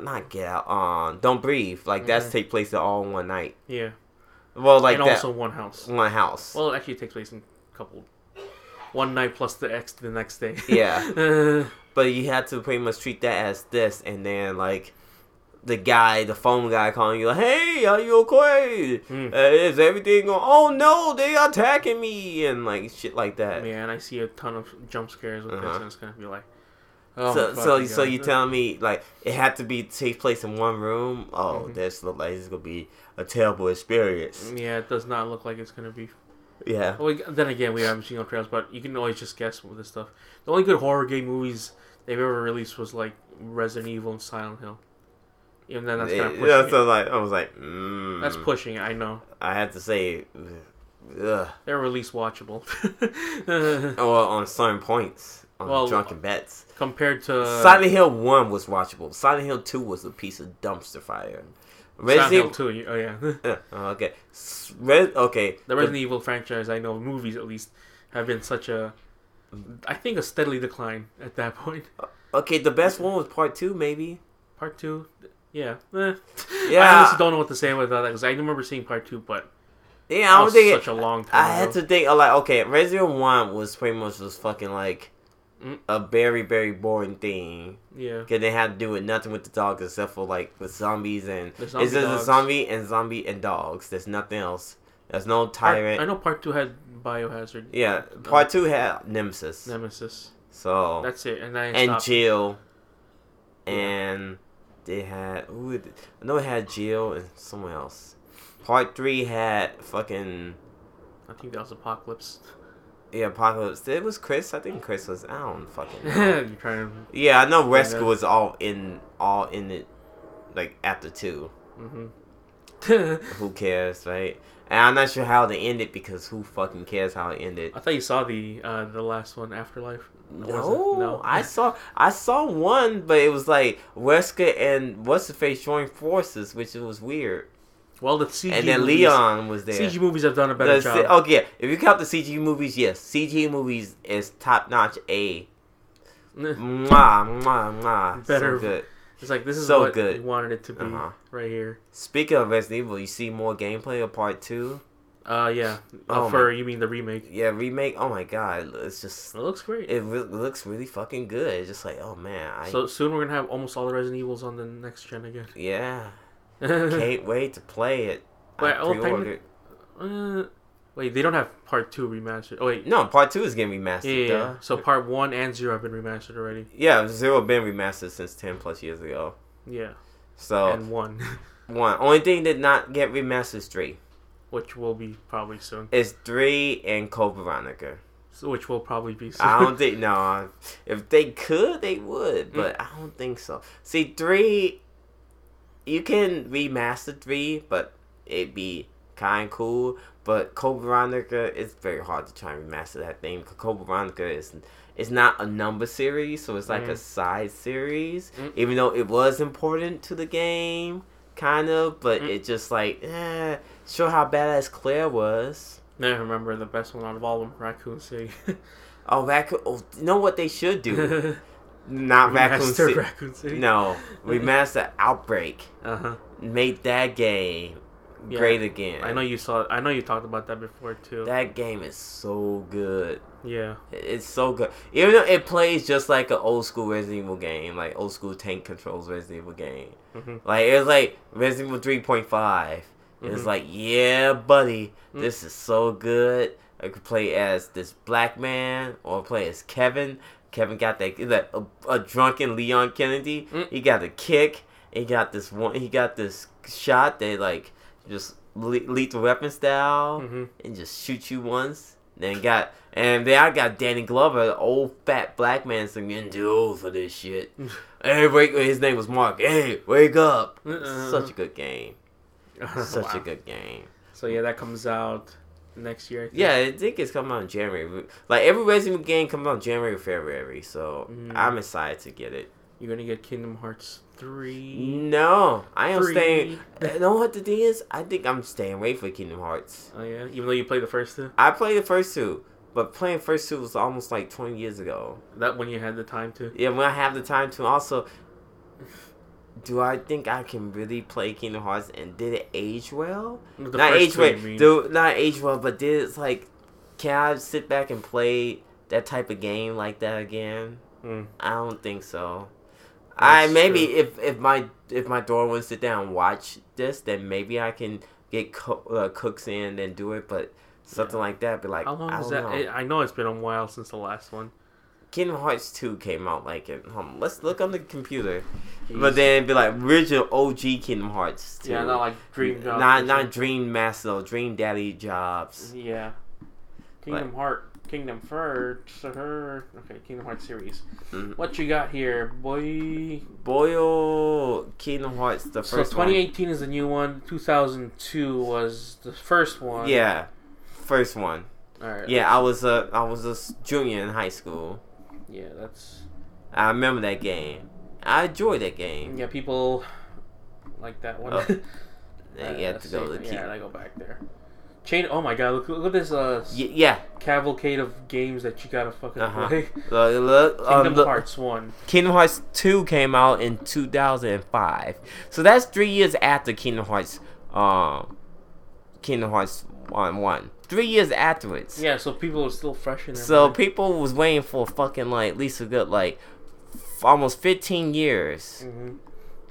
Speaker 2: not get out um don't breathe like that's take place all in one night
Speaker 1: Yeah,
Speaker 2: well like
Speaker 1: Mm. and
Speaker 2: that
Speaker 1: also one house.
Speaker 2: one house
Speaker 1: Well, it actually takes place in a couple, one night plus the ex the next day.
Speaker 2: Yeah.
Speaker 1: Uh,
Speaker 2: but you had to pretty much treat that as this and then like the guy the phone guy calling you like hey are you okay
Speaker 1: Mm.
Speaker 2: uh, is everything going oh no they attacking me and like shit like that
Speaker 1: man, I see a ton of jump scares with this,
Speaker 2: Uh-huh.
Speaker 1: and it's gonna be like, oh,
Speaker 2: so
Speaker 1: my
Speaker 2: so
Speaker 1: fucking
Speaker 2: so
Speaker 1: God.
Speaker 2: you telling me like it had to be take place in one room? Oh,
Speaker 1: Mm-hmm.
Speaker 2: this look like it's gonna be a terrible experience.
Speaker 1: Yeah, it does not look like it's gonna be.
Speaker 2: Yeah.
Speaker 1: Well, we- then again, we haven't seen no trailers, but you can always just guess with this stuff. The only good horror game movies they've ever released was like Resident Evil and Silent Hill. Even then, that's kind of
Speaker 2: Yeah,
Speaker 1: pushing. it.
Speaker 2: so like I was like, mm,
Speaker 1: That's pushing it. I know
Speaker 2: I had to say, ugh.
Speaker 1: they're release watchable.
Speaker 2: Or on certain points, on
Speaker 1: Well, uh,
Speaker 2: drunken bets.
Speaker 1: compared to
Speaker 2: Silent Hill One was watchable. Silent Hill Two was a piece of dumpster fire.
Speaker 1: Silent Hill
Speaker 2: Resident
Speaker 1: Two. you- Oh yeah,
Speaker 2: Uh, okay, S- Res, okay.
Speaker 1: the Resident Evil franchise. I know movies at least have been such a, I think a steadily decline at that point.
Speaker 2: Okay, the best one was Part Two, maybe.
Speaker 1: Part two, yeah, eh. I
Speaker 2: Yeah.
Speaker 1: honestly don't know what to say about that because I remember seeing part two, but
Speaker 2: Yeah, I
Speaker 1: that
Speaker 2: don't
Speaker 1: was
Speaker 2: think.
Speaker 1: such a long time.
Speaker 2: I had
Speaker 1: ago.
Speaker 2: to think. uh, Like, okay, Resident One was pretty much just fucking like
Speaker 1: Mm.
Speaker 2: a very very boring thing
Speaker 1: yeah.
Speaker 2: because they had to do with nothing with the dogs except for like with zombies and
Speaker 1: The zombie
Speaker 2: it's just
Speaker 1: dogs.
Speaker 2: a zombie and zombie and dogs. There's nothing else. There's no
Speaker 1: Part-
Speaker 2: tyrant.
Speaker 1: I know part two had Biohazard.
Speaker 2: yeah, part two had Nemesis.
Speaker 1: Nemesis.
Speaker 2: so
Speaker 1: That's it, and I
Speaker 2: and
Speaker 1: stopped.
Speaker 2: Jill,
Speaker 1: Yeah.
Speaker 2: and they had who? did- I know it had Jill and someone else. Part three had fucking
Speaker 1: I think that was Apocalypse.
Speaker 2: yeah apocalypse. It was Chris. I think Chris was. I don't fucking. know.
Speaker 1: You're trying to.
Speaker 2: yeah, I know
Speaker 1: Yeah,
Speaker 2: Rescue
Speaker 1: that-
Speaker 2: was all in all in it, like after two.
Speaker 1: mm-hmm. mhm.
Speaker 2: Who cares, right? And I'm not sure how they ended because who fucking cares how it ended?
Speaker 1: I thought you saw the uh, the last one, Afterlife. Or was it-
Speaker 2: No, I saw I saw one, but it was like Wesker and what's the face joined forces, which was weird.
Speaker 1: well the CG
Speaker 2: and then
Speaker 1: movies,
Speaker 2: Leon was there.
Speaker 1: CG movies have done a better
Speaker 2: The,
Speaker 1: job.
Speaker 2: C- oh yeah, if you count the CG movies, yes, CG movies is top notch. A mwah mwah mwah.
Speaker 1: Better-
Speaker 2: So good.
Speaker 1: it's like this is
Speaker 2: so
Speaker 1: what
Speaker 2: good.
Speaker 1: we wanted it to be
Speaker 2: Uh-huh.
Speaker 1: right here.
Speaker 2: Speaking of Resident Evil, you see more gameplay of Part Two.
Speaker 1: Uh yeah, Uh,
Speaker 2: Oh my-
Speaker 1: for you mean the remake?
Speaker 2: Yeah, remake. Oh my god, it's just
Speaker 1: It looks great.
Speaker 2: it re- looks really fucking good. It's just like oh man, I
Speaker 1: so soon we're gonna have almost all the Resident Evils on the next gen again.
Speaker 2: yeah,
Speaker 1: okay.
Speaker 2: can't wait to play it.
Speaker 1: Wait,
Speaker 2: I
Speaker 1: oh, technic-
Speaker 2: pre-ordered.
Speaker 1: uh, wait, they don't have part two remastered. Oh wait,
Speaker 2: No, Part Two is getting remastered.
Speaker 1: yeah, yeah, yeah.
Speaker 2: duh.
Speaker 1: So part one and zero have been remastered already.
Speaker 2: yeah, Zero been remastered since ten plus years ago.
Speaker 1: Yeah,
Speaker 2: So
Speaker 1: and one,
Speaker 2: one only thing that not get remastered is three.
Speaker 1: which will be probably soon.
Speaker 2: It's three and Code Veronica.
Speaker 1: So, which will probably be soon.
Speaker 2: I don't think no. If they could, they
Speaker 1: Mm.
Speaker 2: would, but I don't think so. See, three, you can remaster three, but it'd be kind cool. But Code Veronica, it's very hard to try and remaster that thing. Because Code Veronica is it's not a number series, so it's like a
Speaker 1: Mm.
Speaker 2: side series.
Speaker 1: Mm.
Speaker 2: Even though it was important to the game, kind of, but
Speaker 1: Mm.
Speaker 2: it just like, eh, show how badass Claire was.
Speaker 1: I remember the best one out of all of them, Raccoon City.
Speaker 2: Oh, Raccoon! Oh, you know what they should do?
Speaker 1: Remaster
Speaker 2: Not Raccoon City.
Speaker 1: Raccoon City.
Speaker 2: No, remaster Outbreak.
Speaker 1: Uh huh.
Speaker 2: Made that game
Speaker 1: Yeah,
Speaker 2: great again.
Speaker 1: I know you saw. I know you talked about that before too.
Speaker 2: That game is so good.
Speaker 1: yeah.
Speaker 2: It's so good. Even though it plays just like an old school Resident Evil game, like old school tank controls Resident Evil game.
Speaker 1: Mhm.
Speaker 2: Like it was like Resident Evil 3.5. It's
Speaker 1: Mhm.
Speaker 2: like, yeah, buddy,
Speaker 1: Mm.
Speaker 2: this is so good. I could play as this black man or play as Kevin. Kevin got that that a, a drunken Leon Kennedy.
Speaker 1: Mm.
Speaker 2: He got a kick. He got this one. He got this shot that like just le- lethal weapon style
Speaker 1: Mhm.
Speaker 2: and just shoot you once. Then got and then I got Danny Glover, the old fat black man, saying, "You're too old for this shit." hey, wake! His name was Mark. Hey, wake up!
Speaker 1: Uh-uh.
Speaker 2: Such a good game. Such a
Speaker 1: Wow.
Speaker 2: good game.
Speaker 1: So yeah, that comes out next year. I think.
Speaker 2: Yeah, I think it's coming out in January. Like every Resident Evil game comes out in January or February, so
Speaker 1: Mm.
Speaker 2: I'm excited to get it.
Speaker 1: You're gonna get Kingdom Hearts three.
Speaker 2: No, I am
Speaker 1: Three.
Speaker 2: staying. You know what the thing is? I think I'm staying away for Kingdom Hearts.
Speaker 1: Oh yeah. Even though you played the first two,
Speaker 2: I played the first two, but playing first two was almost like 20 years ago.
Speaker 1: that when you had the time to.
Speaker 2: Yeah, when I have the time to. Also, do I think I can really play Kingdom Hearts and did it age well?
Speaker 1: The
Speaker 2: not
Speaker 1: first
Speaker 2: age
Speaker 1: two,
Speaker 2: well,
Speaker 1: you mean.
Speaker 2: do not age well, but did it's like, can I sit back and play that type of game like that again?
Speaker 1: Mm.
Speaker 2: I don't think so. I
Speaker 1: That's
Speaker 2: maybe
Speaker 1: true.
Speaker 2: if if my if my daughter wants to sit down and watch this, then maybe I can get co- uh, cooks in and do it, but. Something like that, be like,
Speaker 1: How long
Speaker 2: I
Speaker 1: is
Speaker 2: don't
Speaker 1: that?
Speaker 2: know.
Speaker 1: I I know it's been a while since the last one.
Speaker 2: Kingdom Hearts 2 came out like it. Hold on, let's look on the computer.
Speaker 1: Jeez.
Speaker 2: But then it'd be like original OG Kingdom Hearts 2.
Speaker 1: yeah, not like Dream Job.
Speaker 2: Not, not Dream Master, though, Dream Daddy Jobs.
Speaker 1: Yeah. Kingdom Heart, Kingdom Hearts, her. Okay, Kingdom Hearts series.
Speaker 2: Mhm.
Speaker 1: What you got here, boy?
Speaker 2: Boyle Kingdom Hearts, the
Speaker 1: So
Speaker 2: first
Speaker 1: 2018 is the new one. 2002 was the first one.
Speaker 2: one. Yeah, first one.
Speaker 1: All right.
Speaker 2: Yeah, I was a I was a s- junior in high school.
Speaker 1: Yeah, that's
Speaker 2: I remember that game. I enjoyed that game.
Speaker 1: yeah. People like that one.
Speaker 2: Oh,
Speaker 1: Uh,
Speaker 2: They had to go to
Speaker 1: same-
Speaker 2: the
Speaker 1: Yeah,
Speaker 2: yeah,
Speaker 1: I go back there. Chain. Oh my god! Look, look at this uh, s-
Speaker 2: yeah.
Speaker 1: cavalcade of games that you gotta fucking
Speaker 2: Uh-huh.
Speaker 1: play.
Speaker 2: Look, look, um,
Speaker 1: Kingdom
Speaker 2: look,
Speaker 1: Hearts one.
Speaker 2: Kingdom Hearts 2 came out in 2005. So that's 3 years after Kingdom Hearts um Kingdom Hearts 1 1. 3 years afterwards.
Speaker 1: Yeah, so people are still fresh in their
Speaker 2: So
Speaker 1: mind.
Speaker 2: people was waiting for fucking like at least a good like f- almost 15 years
Speaker 1: Mhm.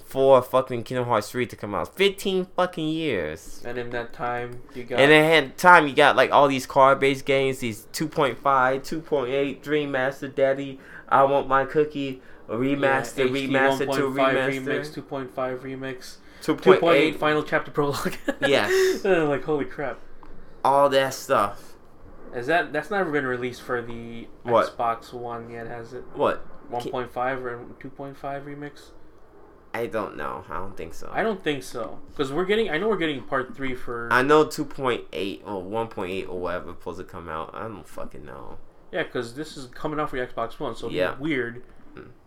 Speaker 2: for fucking Kingdom Hearts 3 to come out. 15 fucking years.
Speaker 1: And in that time, you got
Speaker 2: And then at the time you got like all these card-based games, these 2.5, 2.8, Dream Master Daddy, I Want My Cookie, remaster,
Speaker 1: HD
Speaker 2: remaster to
Speaker 1: 1.5
Speaker 2: remaster,
Speaker 1: remix, two point five remix, two point eight
Speaker 2: 2.8,
Speaker 1: final chapter prologue.
Speaker 2: Yes.
Speaker 1: And I'm like holy crap.
Speaker 2: all that stuff.
Speaker 1: Is that that's never been released for the
Speaker 2: What?
Speaker 1: Xbox One yet? Has it?
Speaker 2: What?
Speaker 1: 1.5 or 2.5 remix?
Speaker 2: I don't know. I don't think so.
Speaker 1: I don't think so. Because we're getting, I know we're getting part three for. Yeah, 'cause
Speaker 2: I know 2.8 or 1.8 or whatever supposed to come out. I don't fucking know.
Speaker 1: yeah, because this is coming out for the Xbox One, so it'd be
Speaker 2: Yeah. Hmm.
Speaker 1: weird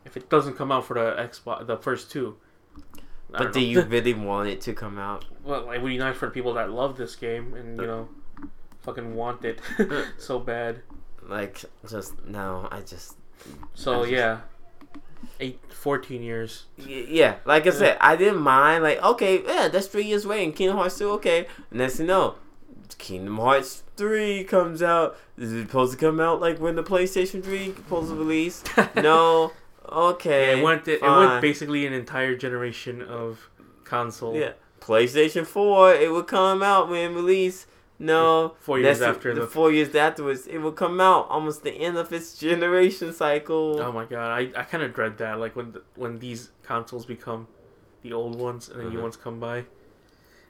Speaker 1: if it doesn't come out for the Xbox, the first two. I
Speaker 2: But
Speaker 1: don't
Speaker 2: do
Speaker 1: know.
Speaker 2: you really want it to come out?
Speaker 1: well, it would be nice for people that love this game and, you know, fucking want it so bad.
Speaker 2: Like, just no. I just
Speaker 1: So, yeah. Eight, 14 years.
Speaker 2: y- yeah. Like I said, I didn't mind. Like, okay, yeah, that's three years waiting. Kingdom Hearts two, okay. Next thing you know, Kingdom Hearts three comes out. Is it supposed to come out like when the PlayStation three supposed to release? no. Okay.
Speaker 1: It went, it,
Speaker 2: fine.
Speaker 1: went basically an entire generation of console.
Speaker 2: Yeah. PlayStation 4, it would come out when released. No.
Speaker 1: Four years
Speaker 2: that's-
Speaker 1: after
Speaker 2: the,
Speaker 1: the-
Speaker 2: four years afterwards, it would come out almost the end of its generation cycle. Uh,
Speaker 1: Oh my god, I, I kind of dread that. Like when the, when these consoles become the old ones and the new
Speaker 2: Mhm.
Speaker 1: ones come by.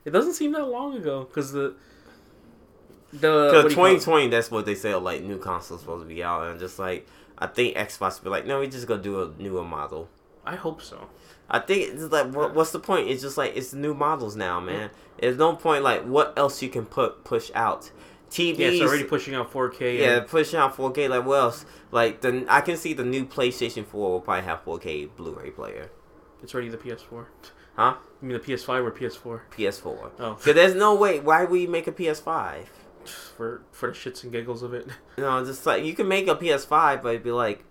Speaker 1: It doesn't seem that long ago because the the
Speaker 2: Because
Speaker 1: what do you call it?
Speaker 2: 2020, that's what they say, like new consoles supposed to be out, and just like I think Xbox be like, no, we just gonna do a newer model.
Speaker 1: I hope so.
Speaker 2: I think it's just like, what, what's the point? It's just like it's new models now, man. There's no point like what else you can put push out. TVs,
Speaker 1: Yeah, it's already pushing out 4K.
Speaker 2: Yeah,
Speaker 1: and-
Speaker 2: pushing out 4K. Like what else? Like the I can see the new PlayStation 4 will probably have 4K Blu-ray player,
Speaker 1: it's already the PS4.
Speaker 2: huh?
Speaker 1: I mean the PS5 or PS4
Speaker 2: PS4.
Speaker 1: Oh.
Speaker 2: Cause there's no way. Why would you make a PS5?
Speaker 1: for for the shits and giggles of it.
Speaker 2: No, just like you can make a PS5, but it'd be like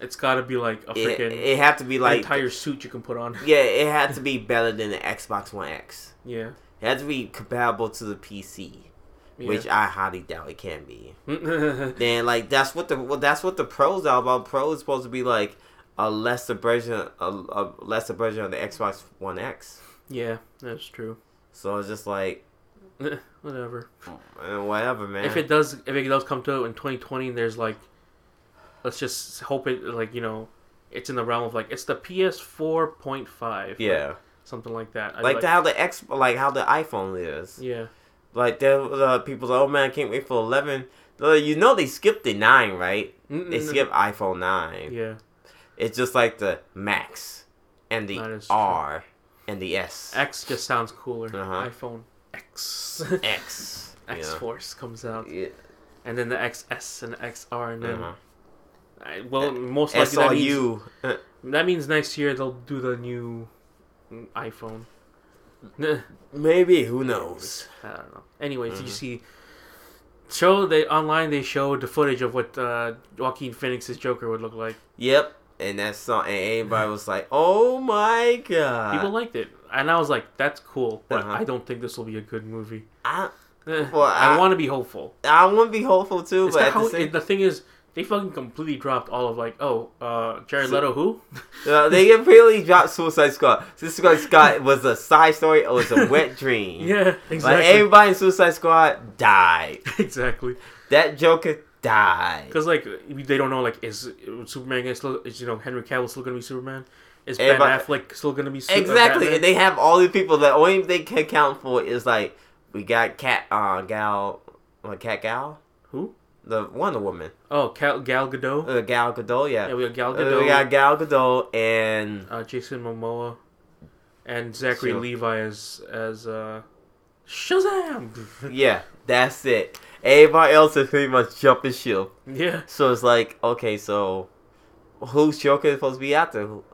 Speaker 1: It's got to be like a
Speaker 2: it,
Speaker 1: freaking
Speaker 2: it had to be like
Speaker 1: entire suit you can put on.
Speaker 2: yeah, it had to be better than the Xbox One X.
Speaker 1: Yeah.
Speaker 2: It had to be compatible to the PC,
Speaker 1: yeah.
Speaker 2: which I highly doubt it can be.
Speaker 1: yeah,
Speaker 2: Then like that's what the well that's what the pros are about. Pro is supposed to be like a lesser version, a, a lesser version of the Xbox One X.
Speaker 1: that's true.
Speaker 2: So it's just like
Speaker 1: Whatever.
Speaker 2: eh, whatever, man.
Speaker 1: if it does if it does come to it in 2020 and there's like let's just hope it like you know it's in the realm of like it's the ps4.5
Speaker 2: yeah,
Speaker 1: something like that I'd
Speaker 2: like,
Speaker 1: like-
Speaker 2: the, how the X, like how the iPhone is.
Speaker 1: yeah
Speaker 2: Like there, uh, people's oh man, I can't wait for eleven. Uh, You know they skipped the nine, right? They
Speaker 1: Mm-mm.
Speaker 2: skipped iPhone nine.
Speaker 1: Mm-hmm. yeah
Speaker 2: It's just like the Max, and the
Speaker 1: That is true.
Speaker 2: R, and the S,
Speaker 1: x just sounds cooler
Speaker 2: Uh-huh.
Speaker 1: iphone x
Speaker 2: X, you
Speaker 1: x
Speaker 2: know?
Speaker 1: force comes out
Speaker 2: Yeah.
Speaker 1: and then the xs and xr and then
Speaker 2: Uh-huh. Uh,
Speaker 1: I- well most likely Mm-hmm. that means,
Speaker 2: SRU. Uh,
Speaker 1: that means next year they'll do the new iphone Nah.
Speaker 2: Maybe who knows?
Speaker 1: I don't know. Anyways,
Speaker 2: Mm-hmm.
Speaker 1: you see, show they online they showed the footage of what uh, Joaquin Phoenix's Joker would look like.
Speaker 2: Yep. And that song, and everybody was like, "Oh my god!"
Speaker 1: People liked it, and I was like, "That's cool," but
Speaker 2: Uh,
Speaker 1: I
Speaker 2: Uh-huh.
Speaker 1: don't think this will be a good movie.
Speaker 2: I,
Speaker 1: Eh,
Speaker 2: Well,
Speaker 1: I,
Speaker 2: I-
Speaker 1: want to be hopeful.
Speaker 2: I want to be hopeful too,
Speaker 1: It's
Speaker 2: but
Speaker 1: not
Speaker 2: at
Speaker 1: how,
Speaker 2: the
Speaker 1: it- the,
Speaker 2: same,
Speaker 1: thing is, they fucking completely dropped all of like, oh, uh, Jared
Speaker 2: So-
Speaker 1: Leto who?
Speaker 2: Uh, they completely dropped Suicide Squad. Suicide Squad was a side story. It was a wet dream.
Speaker 1: yeah,
Speaker 2: Like
Speaker 1: exactly,
Speaker 2: everybody in Suicide Squad died.
Speaker 1: exactly.
Speaker 2: That Joker died.
Speaker 1: Because like they don't know like is Superman gonna still is you know Henry Cavill still gonna be Superman? Is Ben
Speaker 2: Everybody-
Speaker 1: Affleck still gonna be Su- uh,
Speaker 2: Exactly.
Speaker 1: Batman?
Speaker 2: And they have all these people. The only thing they can count for is like we got Cat uh, Gal, what Cat Gal,
Speaker 1: who?
Speaker 2: the Wonder Woman,
Speaker 1: Oh, Gal, Gal Gadot.
Speaker 2: uh, Gal Gadot. Yeah,
Speaker 1: yeah, we got Gal
Speaker 2: Uh,
Speaker 1: Gadot.
Speaker 2: we got Gal Gadot and
Speaker 1: uh, Jason Momoa and Zachary
Speaker 2: Sure.
Speaker 1: Levi as as uh, Shazam.
Speaker 2: yeah, that's it. Everybody else is pretty much jumping ship.
Speaker 1: yeah,
Speaker 2: So it's like okay, so who's Joker supposed to be after? Who-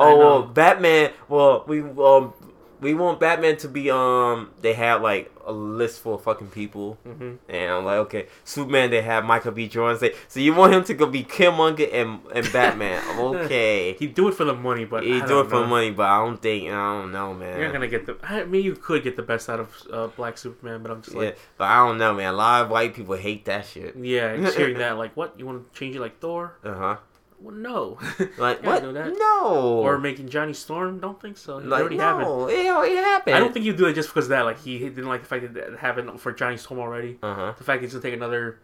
Speaker 2: Oh, well, Batman. Well, we um we want Batman to be um they have like a list full of fucking people.
Speaker 1: hmm
Speaker 2: And I'm like, okay, Superman. They have Michael B. Jordan. Say, so you want him to go be Killmonger and and Batman? okay,
Speaker 1: He'd do it for the money, but
Speaker 2: he
Speaker 1: I
Speaker 2: do
Speaker 1: don't
Speaker 2: it for
Speaker 1: know.
Speaker 2: money, but I don't think I don't know, man.
Speaker 1: You're not gonna get the. I mean, you could get the best out of uh, Black Superman, but I'm just
Speaker 2: yeah,
Speaker 1: like,
Speaker 2: but I don't know, man. A lot of white people hate that shit.
Speaker 1: yeah, just hearing that, like, what you want to change it like Thor?
Speaker 2: Uh huh.
Speaker 1: Well, no.
Speaker 2: Like
Speaker 1: Yeah, I
Speaker 2: what?
Speaker 1: know that.
Speaker 2: No.
Speaker 1: or making Johnny Storm? Don't think so. It
Speaker 2: like
Speaker 1: already happened.
Speaker 2: no, it already happened.
Speaker 1: I don't think you do it just because of that. Like he didn't like the fact that it happened for Johnny Storm already.
Speaker 2: Uh huh.
Speaker 1: The fact he's gonna take another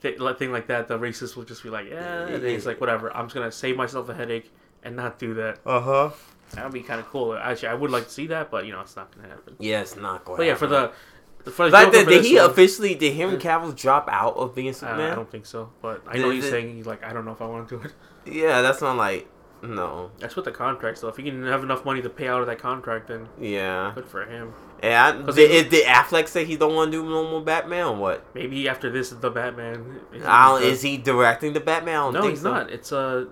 Speaker 1: th- thing like that, the racist will just be like, yeah. And then he's like, whatever. I'm just gonna save myself a headache and not do that.
Speaker 2: Uh huh.
Speaker 1: That would be kind of cool. Actually, I would like to see that, but you know, it's not gonna happen.
Speaker 2: Yeah, it's not going.
Speaker 1: But yeah, for the for the
Speaker 2: Like
Speaker 1: Joker
Speaker 2: did,
Speaker 1: for
Speaker 2: did
Speaker 1: this
Speaker 2: he
Speaker 1: one, Uh,
Speaker 2: officially did Henry Cavill drop out of
Speaker 1: I,
Speaker 2: being
Speaker 1: don't-
Speaker 2: Superman?
Speaker 1: I don't think so. But I
Speaker 2: The-
Speaker 1: know he's
Speaker 2: the-
Speaker 1: saying he's like, I don't know if I want to do it.
Speaker 2: yeah, that's not like no.
Speaker 1: That's what the contract. So if he can have enough money to pay out of that contract, then
Speaker 2: Yeah,
Speaker 1: good for him.
Speaker 2: yeah. I,
Speaker 1: 'Cause
Speaker 2: did,
Speaker 1: he-
Speaker 2: is- did Affleck say he don't want to do no more Batman or what?
Speaker 1: Maybe after this, the Batman.
Speaker 2: I don't, is he directing the Batman? I don't
Speaker 1: No,
Speaker 2: think
Speaker 1: he's
Speaker 2: so.
Speaker 1: not. It's uh,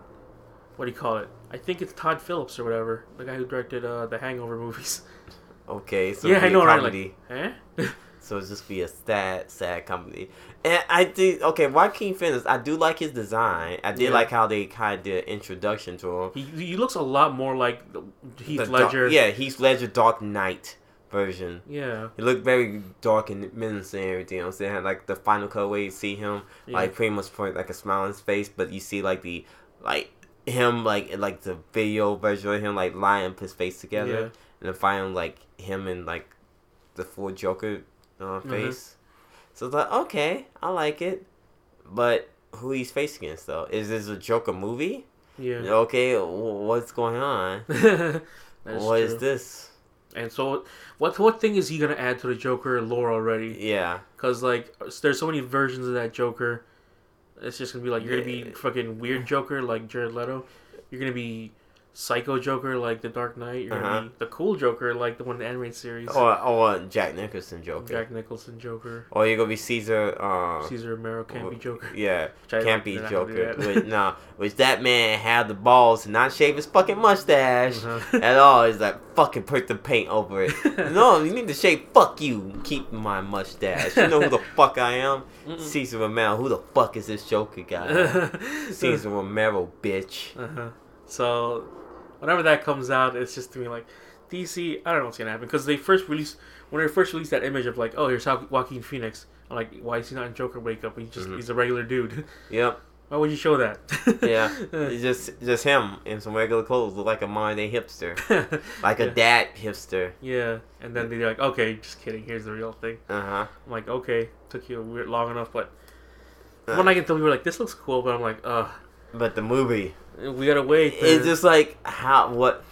Speaker 1: what do you call it? I think it's Todd Phillips or whatever, the guy who directed uh the Hangover movies.
Speaker 2: Okay, so
Speaker 1: yeah,
Speaker 2: it'll
Speaker 1: I
Speaker 2: be
Speaker 1: know,
Speaker 2: a
Speaker 1: right?
Speaker 2: comedy.
Speaker 1: Like, eh?
Speaker 2: So it'll just be a sad, sad comedy. And I did okay. Joaquin Phoenix, I do like his design. I did
Speaker 1: Yeah.
Speaker 2: like how they kind of did an introduction to him.
Speaker 1: he he looks a lot more like the- Heath
Speaker 2: The Dark-
Speaker 1: Ledger.
Speaker 2: yeah, Heath Ledger Dark Knight version.
Speaker 1: yeah,
Speaker 2: He looked very dark and menacing and everything. You know what I'm saying like the final cut where you see him
Speaker 1: Yeah.
Speaker 2: like pretty much point like a smile on his face, but you see like the like him like like the video version of him like lining up his face together,
Speaker 1: Yeah.
Speaker 2: and then find like him in like the full Joker uh,
Speaker 1: Mm-hmm.
Speaker 2: face. So it's like okay, I like it, but who he's facing against though? Is this a Joker movie?
Speaker 1: yeah.
Speaker 2: Okay, wh- what's going on?
Speaker 1: That is
Speaker 2: what is
Speaker 1: true.
Speaker 2: this?
Speaker 1: And so, what what thing is he gonna add to the Joker lore already?
Speaker 2: Yeah.
Speaker 1: Because like, there's so many versions of that Joker. It's just gonna be like you're gonna be
Speaker 2: Yeah.
Speaker 1: fucking weird Joker like Jared Leto. You're gonna be psycho Joker like the Dark Knight. You're gonna
Speaker 2: Uh-huh. Oh.
Speaker 1: be the cool Joker like the one in the animated series.
Speaker 2: Or, or Jack Nicholson Joker.
Speaker 1: Jack Nicholson Joker.
Speaker 2: Or you're gonna be Caesar. Uh,
Speaker 1: Caesar Romero can't be
Speaker 2: wh-
Speaker 1: Joker.
Speaker 2: Yeah,
Speaker 1: Which I
Speaker 2: can't
Speaker 1: like-
Speaker 2: be
Speaker 1: they're not gonna do
Speaker 2: Joker.
Speaker 1: that.
Speaker 2: Which, nah, which that man had the balls to not shave his fucking mustache
Speaker 1: Uh-huh.
Speaker 2: at all. He's like, fucking put the paint over it. no, you need to shave. Fuck you. Keep my mustache. You know who the fuck I am? Caesar Romero. Who the fuck is this Joker guy? Caesar Romero, bitch.
Speaker 1: Uh-huh. So, whenever that comes out, it's just to me like DC. I don't know what's gonna happen because they first released when they first released that image of like, oh, here's how Joaquin Phoenix. I'm like, why is he not in Joker Wake Up? He's just
Speaker 2: Mhm.
Speaker 1: he's a regular dude.
Speaker 2: Yep.
Speaker 1: Why would you show that?
Speaker 2: Yeah. It's just just him in some regular clothes, look like a modern day hipster, like a
Speaker 1: Yeah.
Speaker 2: dad hipster.
Speaker 1: Yeah, and then they're like, okay, just kidding. Here's the real thing.
Speaker 2: Uh huh.
Speaker 1: I'm like, okay, took you a weird long enough, but
Speaker 2: Uh.
Speaker 1: when I get to, we were like, this looks cool, but I'm like, ugh,
Speaker 2: But the movie.
Speaker 1: we gotta wait.
Speaker 2: It's
Speaker 1: to-
Speaker 2: just like how what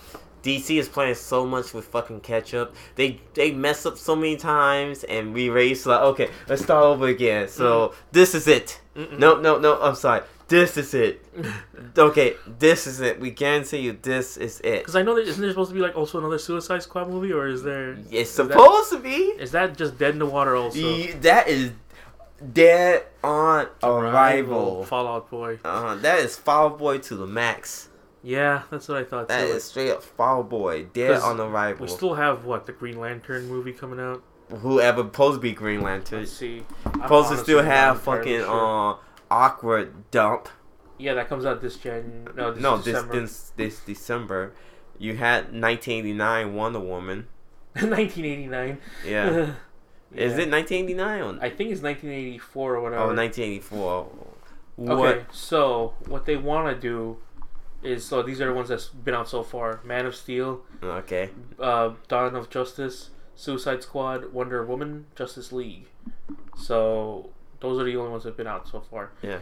Speaker 2: DC is playing so much with fucking catch up. They they mess up so many times and we race like okay, let's start over again. So
Speaker 1: Mm-hmm.
Speaker 2: this is it.
Speaker 1: Mm-mm.
Speaker 2: No no no, I'm sorry. This is it. Okay, this is it. We guarantee you this is it.
Speaker 1: Because I know that isn't there supposed to be like also another Suicide Squad movie, or is there?
Speaker 2: It's
Speaker 1: that-
Speaker 2: supposed to be.
Speaker 1: Is that just dead in the water? Also,
Speaker 2: Ye- That is dead on arrival.
Speaker 1: Fallout Boy.
Speaker 2: Uh, that is Fall Boy to the max.
Speaker 1: Yeah, that's what I thought.
Speaker 2: That
Speaker 1: too.
Speaker 2: is straight up Fall Boy, dead
Speaker 1: 'Cause
Speaker 2: on
Speaker 1: we
Speaker 2: arrival.
Speaker 1: still have what the Green Lantern movie coming out.
Speaker 2: Whoever supposed to be Green Lantern,
Speaker 1: Let's see.
Speaker 2: supposed to
Speaker 1: honestly
Speaker 2: still
Speaker 1: not
Speaker 2: have
Speaker 1: entirely
Speaker 2: fucking
Speaker 1: sure.
Speaker 2: uh awkward dump.
Speaker 1: Yeah, that comes out this Jan. No, this
Speaker 2: no,
Speaker 1: is
Speaker 2: this
Speaker 1: December.
Speaker 2: this this December, you had 1989 Wonder Woman.
Speaker 1: 1989.
Speaker 2: Yeah, is
Speaker 1: Yeah.
Speaker 2: it 1989 or
Speaker 1: I think it's 1984 or whatever.
Speaker 2: oh 1984? What?
Speaker 1: Okay, so what they want to do is so these are the ones that's been out so far: Man of Steel,
Speaker 2: Okay.
Speaker 1: uh, Dawn of Justice, Suicide Squad, Wonder Woman, Justice League. So those are the only ones that have been out so far.
Speaker 2: Yeah.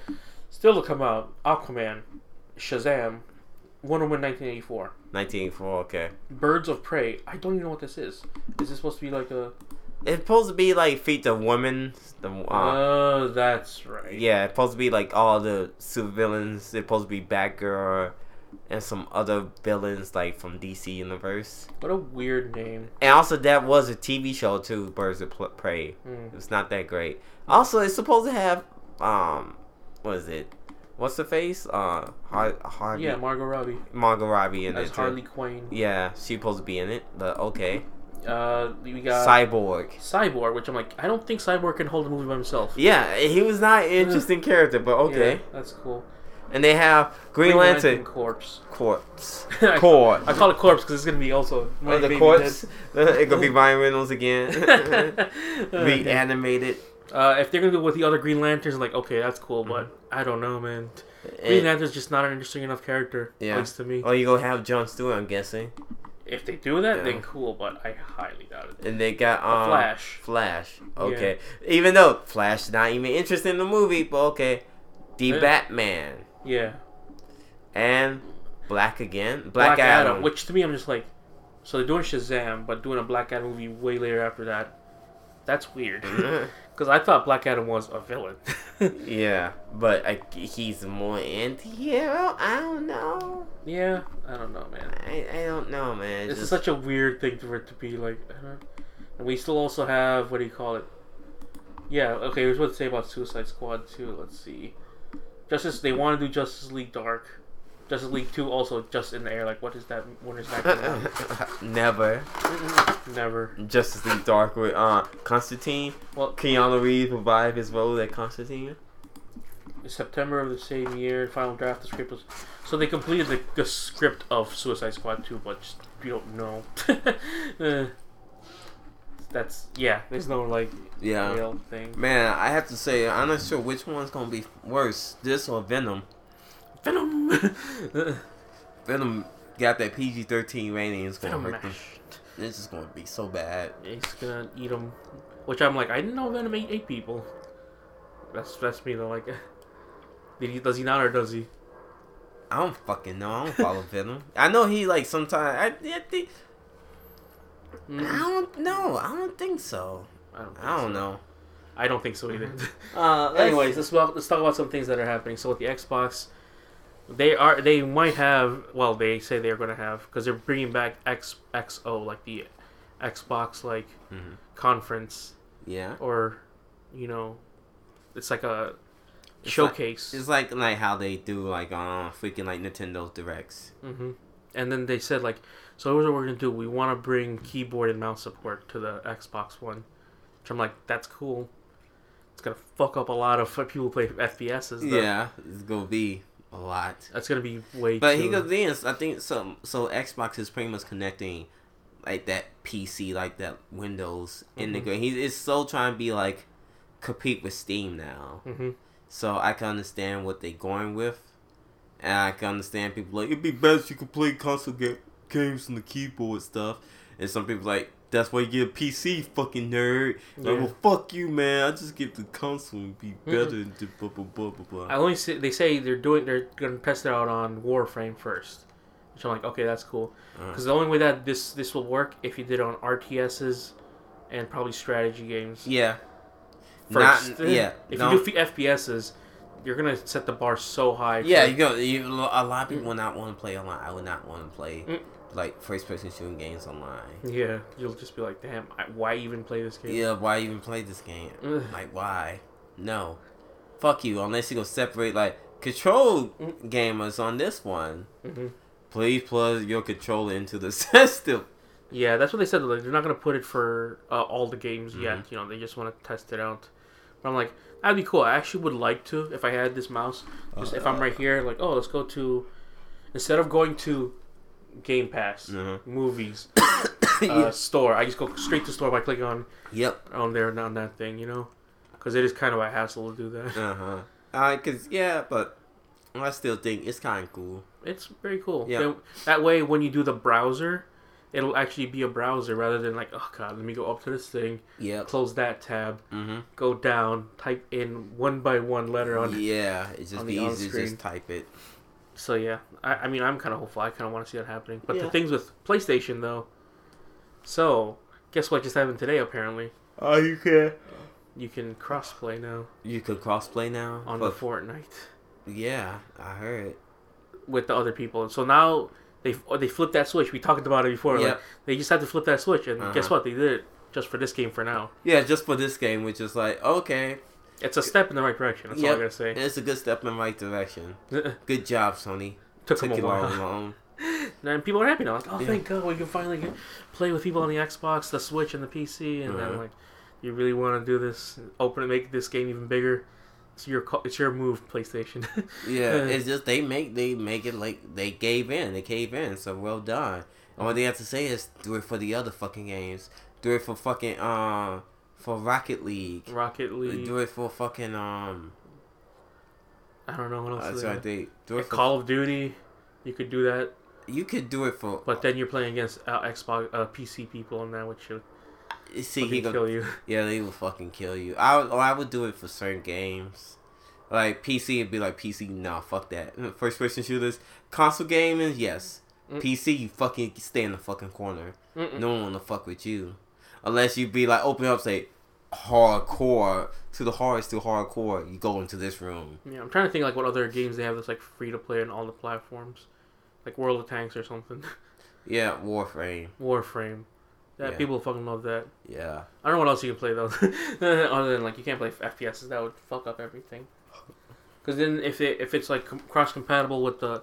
Speaker 1: Still to come out: Aquaman, Shazam, Wonder Woman, 1984,
Speaker 2: 1984. Okay.
Speaker 1: Birds of Prey. I don't even know what this is. Is this supposed to be like a?
Speaker 2: It's supposed to be like feat the woman. The uh,
Speaker 1: Oh, that's right.
Speaker 2: yeah. It's supposed to be like all the supervillains. It's supposed to be Batgirl. And some other villains like from DC Universe,
Speaker 1: What a weird name.
Speaker 2: and also that was a TV show too, Birds of Pl- Prey.
Speaker 1: Mm.
Speaker 2: It's not that great. Also, it's supposed to have um, what is it? what's the face? Uh, Har- Harvey.
Speaker 1: Yeah, Margot Robbie
Speaker 2: Margot Robbie in
Speaker 1: as
Speaker 2: it. too.
Speaker 1: Harley Quinn.
Speaker 2: Yeah, she's supposed to be in it, but okay.
Speaker 1: Uh, we got
Speaker 2: Cyborg.
Speaker 1: Cyborg, which I'm like, I don't think Cyborg can hold a movie by himself.
Speaker 2: Yeah, he was not an interesting character, but okay.
Speaker 1: Yeah, that's cool.
Speaker 2: And they have Green, Lantern,
Speaker 1: corpse.
Speaker 2: corpse.
Speaker 1: I-
Speaker 2: Corpse.
Speaker 1: I call it corpse because it's gonna be also
Speaker 2: Or Oh, the corpse. it could be Ryan Reynolds again. Reanimated.
Speaker 1: Oh, uh, if they're gonna go with the other Green Lanterns, like okay, that's cool, but I don't know, man. Green
Speaker 2: And,
Speaker 1: Lantern's just not an interesting enough character,
Speaker 2: Yeah.
Speaker 1: at least to me.
Speaker 2: oh, you gonna have John Stewart, I'm guessing.
Speaker 1: If they do that,
Speaker 2: Yeah.
Speaker 1: then cool, but I highly doubt it.
Speaker 2: And they got um,
Speaker 1: Flash.
Speaker 2: Flash. Okay. Even though Flash not even interested in the movie, but okay. The
Speaker 1: Yeah.
Speaker 2: Batman
Speaker 1: Yeah,
Speaker 2: and Black again.
Speaker 1: Black,
Speaker 2: Black, Adam.
Speaker 1: which to me, I'm just like, so they're doing Shazam, but doing a Black Adam movie way later after that. That's weird.
Speaker 2: Mm-hmm.
Speaker 1: Because I thought Black Adam was a villain.
Speaker 2: yeah, but I, he's more anti-hero. I don't know.
Speaker 1: yeah, I don't know, man.
Speaker 2: I, I don't know, man.
Speaker 1: This is
Speaker 2: Just-
Speaker 1: such a weird thing for it to be like. I don't- And we still also have what do you call it? Yeah, okay. Here's what to say about Suicide Squad too. Let's see. Justice. They want to do Justice League Dark. Justice League Two also just in the air. Like, what is that? When is that? Coming
Speaker 2: Never.
Speaker 1: out? Never.
Speaker 2: Justice League Dark with uh, Constantine.
Speaker 1: Well,
Speaker 2: Keanu Reeves revived his role as Constantine.
Speaker 1: September of the same year, final draft. The script was. So they completed the, the script of Suicide Squad 2, but just, you don't know. Uh, that's yeah. There's no like
Speaker 2: Yeah.
Speaker 1: real thing.
Speaker 2: Man, I have to say, I'm not sure which one's gonna be worse, this or Venom.
Speaker 1: Venom.
Speaker 2: Venom got that PG-13 rating. It's gonna
Speaker 1: Venom
Speaker 2: hurt them.
Speaker 1: mash.
Speaker 2: This is gonna be so bad.
Speaker 1: It's gonna eat them, which I'm like, I didn't know Venom ate eight people. That's that's me though. Like, did he? Does he not or does he?
Speaker 2: I don't fucking know. I don't follow Venom. I know he like sometimes. I, I think. I
Speaker 1: Mm,
Speaker 2: don't know. I don't think so.
Speaker 1: I don't. Think
Speaker 2: I
Speaker 1: so.
Speaker 2: don't know.
Speaker 1: I don't think so either.
Speaker 2: Uh,
Speaker 1: Anyways, let's well, let's talk about some things that are happening. So with the Xbox, they are they might have well they say they're gonna have because they're bringing back X XO like the Xbox like
Speaker 2: Mhm.
Speaker 1: conference
Speaker 2: yeah.
Speaker 1: or you know it's like a
Speaker 2: It's like-
Speaker 1: showcase.
Speaker 2: It's like like how they do like um freaking like Nintendo's directs.
Speaker 1: hmm And then they said like, so here's what we're gonna do. We want to bring keyboard and mouse support to the Xbox One, which I'm like, that's cool. It's gonna fuck up a lot of people who play FPSs. Though.
Speaker 2: Yeah, it's gonna be a lot.
Speaker 1: that's gonna be way.
Speaker 2: But he
Speaker 1: too-
Speaker 2: goes then I think so. So Xbox is pretty much connecting like that PC, like that Windows
Speaker 1: Mm-hmm.
Speaker 2: integrate. He is so trying to be like compete with Steam now.
Speaker 1: Mhm.
Speaker 2: So I can understand what they're going with, and I can understand people like it'd be best you could play console ga- games on the keyboard stuff, and some people like. That's why you get a PC, fucking nerd. Like,
Speaker 1: Yeah. Mm-hmm.
Speaker 2: well, fuck you, man. I just get the console and be better and do blah blah blah blah blah.
Speaker 1: I only say, they say they're doing they're gonna test it out on Warframe first, which I'm like, okay, that's cool.
Speaker 2: Uh-huh.
Speaker 1: Because the only way that this this will work if you did it on RTSs, and probably strategy games.
Speaker 2: Yeah.
Speaker 1: First,
Speaker 2: Not, yeah.
Speaker 1: If
Speaker 2: no-
Speaker 1: you do f- FPSs, you're gonna set the bar so high. for-
Speaker 2: yeah, you go. You, a lot of people will not want to play online. I would not want to play
Speaker 1: Mm.
Speaker 2: like first person shooting games online.
Speaker 1: Yeah, you'll just be like, damn, I, why even play this game?
Speaker 2: Yeah, why even play this game?
Speaker 1: Ugh.
Speaker 2: like, why? No. Fuck you. Unless you go separate like control
Speaker 1: Mm.
Speaker 2: gamers on this one.
Speaker 1: Mhm.
Speaker 2: Please plug your controller into the system.
Speaker 1: Yeah, that's what they said. Like, they're not gonna put it for uh, all the games
Speaker 2: Mm-hmm.
Speaker 1: yet. You know, they just want to test it out. But I'm like, that'd be cool. I actually would like to if I had this mouse. Just
Speaker 2: Uh,
Speaker 1: if I'm right here, like, oh, let's go to instead of going to Game Pass,
Speaker 2: Mhm.
Speaker 1: movies, Uh-huh. uh,
Speaker 2: Yeah.
Speaker 1: store. I just go straight to store by clicking on
Speaker 2: Yep.
Speaker 1: on there and on that thing. You know, because it is kind of a hassle to do that.
Speaker 2: Uh huh. Uh, cause yeah, but I still think it's kind of cool.
Speaker 1: It's very cool.
Speaker 2: Yeah.
Speaker 1: Then- that way, when you do the browser, it'll actually be a browser rather than like, oh god, let me go up to this thing,
Speaker 2: Yep.
Speaker 1: close that tab,
Speaker 2: Mm-hmm.
Speaker 1: go down, type in one by one letter on.
Speaker 2: Yeah, it's just
Speaker 1: on
Speaker 2: be
Speaker 1: the
Speaker 2: easy to
Speaker 1: on-screen.
Speaker 2: just type it.
Speaker 1: So yeah, I, I mean, I'm kind of hopeful. I kind of want to see that happening. But
Speaker 2: Yeah.
Speaker 1: the things with PlayStation though, so guess what just happened today? Apparently,
Speaker 2: Oh, you can.
Speaker 1: you can crossplay now
Speaker 2: You could crossplay now.
Speaker 1: on
Speaker 2: but-
Speaker 1: the Fortnite
Speaker 2: yeah, I heard.
Speaker 1: with the other people. So now they oh, they flipped that switch. We talked about it before. Like,
Speaker 2: Yep.
Speaker 1: they just had to flip that switch, and
Speaker 2: Uh-huh.
Speaker 1: guess what? They did it just for this game for now.
Speaker 2: Yeah, just for this game, which is like okay,
Speaker 1: It's a step in the right direction. That's all I gotta say.
Speaker 2: It's a good step in the right direction.
Speaker 1: Took,
Speaker 2: Good job, Sony. Took
Speaker 1: him a
Speaker 2: you
Speaker 1: while.
Speaker 2: long, long.
Speaker 1: And people are happy now. Like, oh,
Speaker 2: Yeah.
Speaker 1: thank God, we can finally get, play with people on the Xbox, the Switch, and the PC. And
Speaker 2: Uh-huh.
Speaker 1: then like, you really want to do this? Open it, make this game even bigger. It's your call, it's your move, PlayStation.
Speaker 2: Yeah, it's just they make they make it like they gave in, they cave in. So well done. All they have to say is do it for the other fucking games. Do it for fucking um for Rocket League.
Speaker 1: Rocket League.
Speaker 2: Do it for fucking um.
Speaker 1: I don't know what else.
Speaker 2: Uh,
Speaker 1: is
Speaker 2: so I
Speaker 1: there.
Speaker 2: think do it for,
Speaker 1: Call of Duty. You could do that,
Speaker 2: You could do it for.
Speaker 1: but then you're playing against uh, Xbox uh, PC people, and that would should
Speaker 2: See, he
Speaker 1: fucking
Speaker 2: gonna,
Speaker 1: kill you.
Speaker 2: yeah, they will fucking kill you. I would, or I would do it for certain games. Like PC, it'd be like PC. Nah, fuck that. First person shooters, console gaming, yes.
Speaker 1: Mm.
Speaker 2: PC, you fucking stay in the fucking corner.
Speaker 1: Mm-mm.
Speaker 2: No one wanna fuck with you, unless you be like open up, say hardcore to the hardest to hardcore. You go into this room.
Speaker 1: Yeah, I'm trying to think like what other games they have that's like free to play on all the platforms, like World of Tanks or something,
Speaker 2: Yeah, Warframe.
Speaker 1: Warframe. That
Speaker 2: Yeah.
Speaker 1: people fucking love that.
Speaker 2: Yeah.
Speaker 1: I don't know what else you can play though, other than like you can't play FPSs. That would fuck up everything. Because then if it if it's like com- cross compatible with the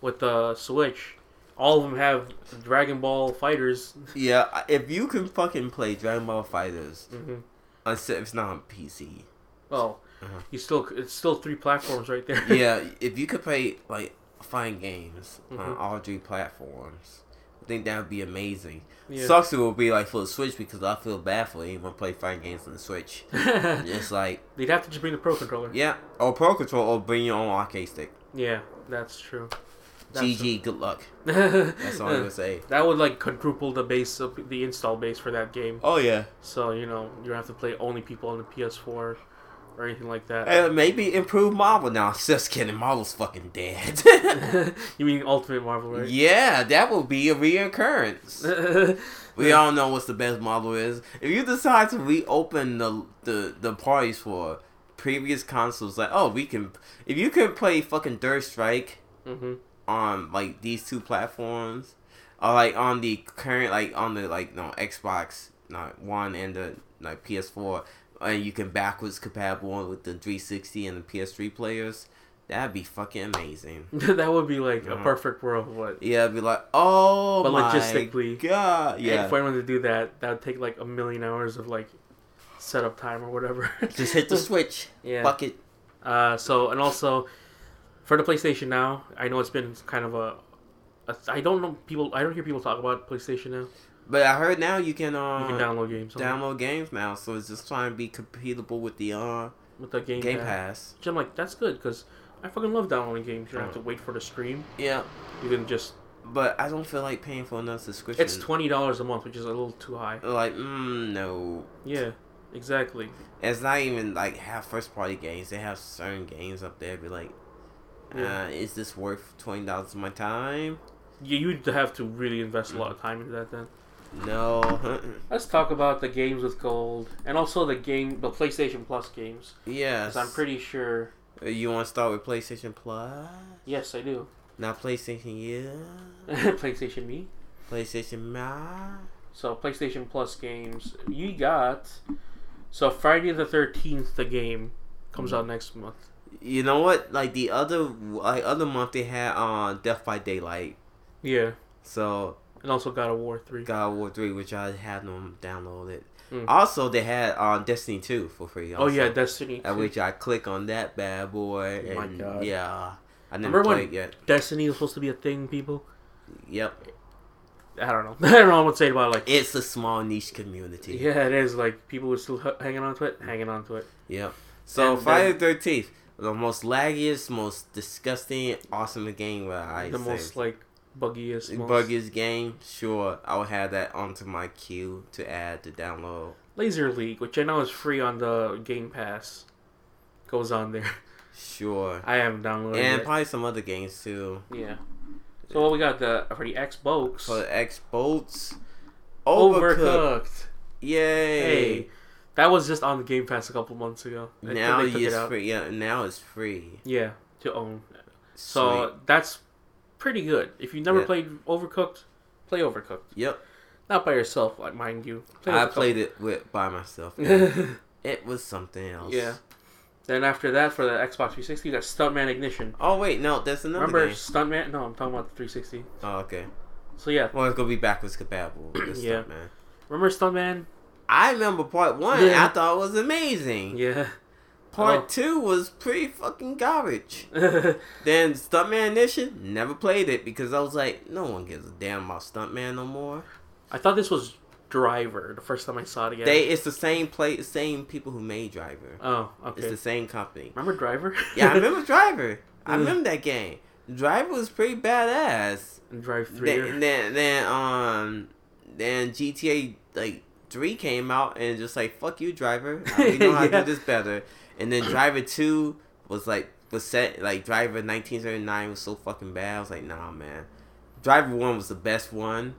Speaker 1: with the Switch, all of them have Dragon Ball Fighters.
Speaker 2: Yeah, I- if you can fucking play Dragon Ball Fighters,
Speaker 1: hmm
Speaker 2: except if it's not on PC.
Speaker 1: Oh,
Speaker 2: Mm-hmm. Uh-huh.
Speaker 1: you still it's still three platforms right there.
Speaker 2: yeah, if you could play like fine games on
Speaker 1: Mhm.
Speaker 2: all three platforms, I think that would be amazing.
Speaker 1: Yeah.
Speaker 2: Sucks it will be like for the Switch because I feel bad for anyone play fine games on the Switch. it's like
Speaker 1: They'd have to just bring the Pro Controller. Yeah,
Speaker 2: yeah, or Pro Control or bring your own arcade stick.
Speaker 1: that's true. That's
Speaker 2: GG, good luck. That's all I'm gonna say.
Speaker 1: that would like quadruple the base of the install base for that game.
Speaker 2: Oh yeah,
Speaker 1: So you know you don't have to play only people on the PS4 or anything like that.
Speaker 2: and Uh, maybe improve Marvel now. Just kidding, Marvel's fucking dead.
Speaker 1: you mean Ultimate Marvel, right?
Speaker 2: yeah, that will be a reoccurrence. We all know what's the best model is. If you decide to reopen the the, the parties for previous consoles, like oh we can, if you can play fucking Dirt Strike
Speaker 1: hmm
Speaker 2: on like these two platforms, or like on the current like on the like no Xbox not One and the like PS4, and you can backwards compatible with the 360 and the PS3 players, that'd be fucking amazing.
Speaker 1: that would be like a
Speaker 2: Mhm.
Speaker 1: perfect world. What?
Speaker 2: Yeah, I'd be like, oh
Speaker 1: But
Speaker 2: my
Speaker 1: logistically-
Speaker 2: god,
Speaker 1: Yeah.
Speaker 2: yeah.
Speaker 1: For anyone to do that, that would take like a million hours of like setup time or whatever.
Speaker 2: Just hit the switch.
Speaker 1: yeah.
Speaker 2: Fuck it.
Speaker 1: Uh, so and also for the PlayStation now, I know it's been kind of a, a. I don't know people. I don't hear people talk about PlayStation now.
Speaker 2: But I heard now you can, uh,
Speaker 1: You can download games. on it
Speaker 2: download games now, so it's just trying to be compatible with the uh,
Speaker 1: with the game,
Speaker 2: Game,
Speaker 1: Pass.
Speaker 2: Pass.
Speaker 1: Which I'm like, that's good because I fucking love downloading games. You don't have to wait for the stream.
Speaker 2: Yeah,
Speaker 1: You can just.
Speaker 2: but I don't feel like paying for another subscription.
Speaker 1: It's twenty dollars a month, which is a little too high.
Speaker 2: like mm, no,
Speaker 1: Yeah, exactly.
Speaker 2: it's not even like half first party games. They have certain games up there. Be like,
Speaker 1: Yeah.
Speaker 2: uh, is this worth twenty dollars of my time?
Speaker 1: You, you'd have to really invest a lot of time into that then.
Speaker 2: No.
Speaker 1: Let's talk about the games with gold and also the game, the PlayStation Plus games.
Speaker 2: yes. Uh,
Speaker 1: Because I'm pretty sure.
Speaker 2: You want to start with PlayStation Plus?
Speaker 1: Yes, I do.
Speaker 2: Not PlayStation Yeah.
Speaker 1: PlayStation Me.
Speaker 2: PlayStation Ma.
Speaker 1: So PlayStation Plus games. You got. So Friday the 13th, the game comes out next month.
Speaker 2: You know what? Like the other like other month they had on uh, Death by Daylight.
Speaker 1: Yeah.
Speaker 2: So
Speaker 1: And also God of War 3.
Speaker 2: God of War three, which I had them downloaded.
Speaker 1: Mm.
Speaker 2: Also, they had on Destiny two for free.
Speaker 1: Oh
Speaker 2: Also,
Speaker 1: yeah, Destiny.
Speaker 2: At
Speaker 1: 2.
Speaker 2: which I click on that bad boy.
Speaker 1: Oh my
Speaker 2: and
Speaker 1: God.
Speaker 2: Yeah, I never
Speaker 1: Remember when-
Speaker 2: played it yet.
Speaker 1: Destiny was supposed to be a thing, people.
Speaker 2: Yep,
Speaker 1: I don't know. I don't know what to say about it, like.
Speaker 2: it's a small niche community.
Speaker 1: Yeah, it is like people were still h- hanging on to
Speaker 2: Mm-hmm.
Speaker 1: it, hanging on to it.
Speaker 2: Yep. So
Speaker 1: And
Speaker 2: Friday the Thirteenth, the most laggiest, most disgusting, awesome game where I
Speaker 1: the
Speaker 2: say.
Speaker 1: most like buggiest, most
Speaker 2: Buggiest game, sure. I'll have that onto my queue to add to download.
Speaker 1: Laser League, which I know is free on the Game Pass, goes on there.
Speaker 2: Sure.
Speaker 1: I haven't downloaded
Speaker 2: And
Speaker 1: it.
Speaker 2: probably some other games too.
Speaker 1: yeah. So what we got the for the Xbox
Speaker 2: For Xbox,
Speaker 1: Overcooked.
Speaker 2: Overcooked. Yay!
Speaker 1: Hey, that was just on the Game Pass a couple months ago. I think
Speaker 2: now
Speaker 1: they took
Speaker 2: it's
Speaker 1: it out.
Speaker 2: free. Yeah, now it's free.
Speaker 1: Yeah, to own. So
Speaker 2: Sweet.
Speaker 1: that's pretty good. If you've never
Speaker 2: Yeah.
Speaker 1: played Overcooked, play Overcooked.
Speaker 2: yep,
Speaker 1: Not by yourself, like mind you.
Speaker 2: I played it with by myself.
Speaker 1: it.
Speaker 2: it was something else.
Speaker 1: Yeah. Then after that, for the Xbox 360, you got Stuntman Ignition.
Speaker 2: Oh wait, no, that's another
Speaker 1: Remember
Speaker 2: game.
Speaker 1: Stuntman? No, I'm talking about the 360.
Speaker 2: Oh okay.
Speaker 1: So yeah,
Speaker 2: Well, it's gonna be backwards compatible. With this
Speaker 1: Yeah.
Speaker 2: stuff, man.
Speaker 1: remember Stuntman?
Speaker 2: I remember part one.
Speaker 1: Yeah.
Speaker 2: I thought was amazing.
Speaker 1: Yeah.
Speaker 2: Part
Speaker 1: Oh.
Speaker 2: two was pretty fucking garbage.
Speaker 1: yeah,
Speaker 2: Then Stuntman Edition never played it because I was like, no one gives a damn about Stuntman no more.
Speaker 1: I thought this was Driver the first time I saw it again.
Speaker 2: They it's the same play, same people who made Driver.
Speaker 1: oh, okay.
Speaker 2: It's the same company.
Speaker 1: Remember Driver?
Speaker 2: Yeah, I remember Driver. I
Speaker 1: Mm.
Speaker 2: remember that game. Driver was pretty badass.
Speaker 1: And Drive Three.
Speaker 2: Then,
Speaker 1: or-
Speaker 2: then then um then GTA like three came out and just like fuck you Driver, we know how to
Speaker 1: Yeah.
Speaker 2: do this better. And then Driver two was like was set like Driver nineteen seventy nine was so fucking bad. I was like nah man, Driver one was the best one,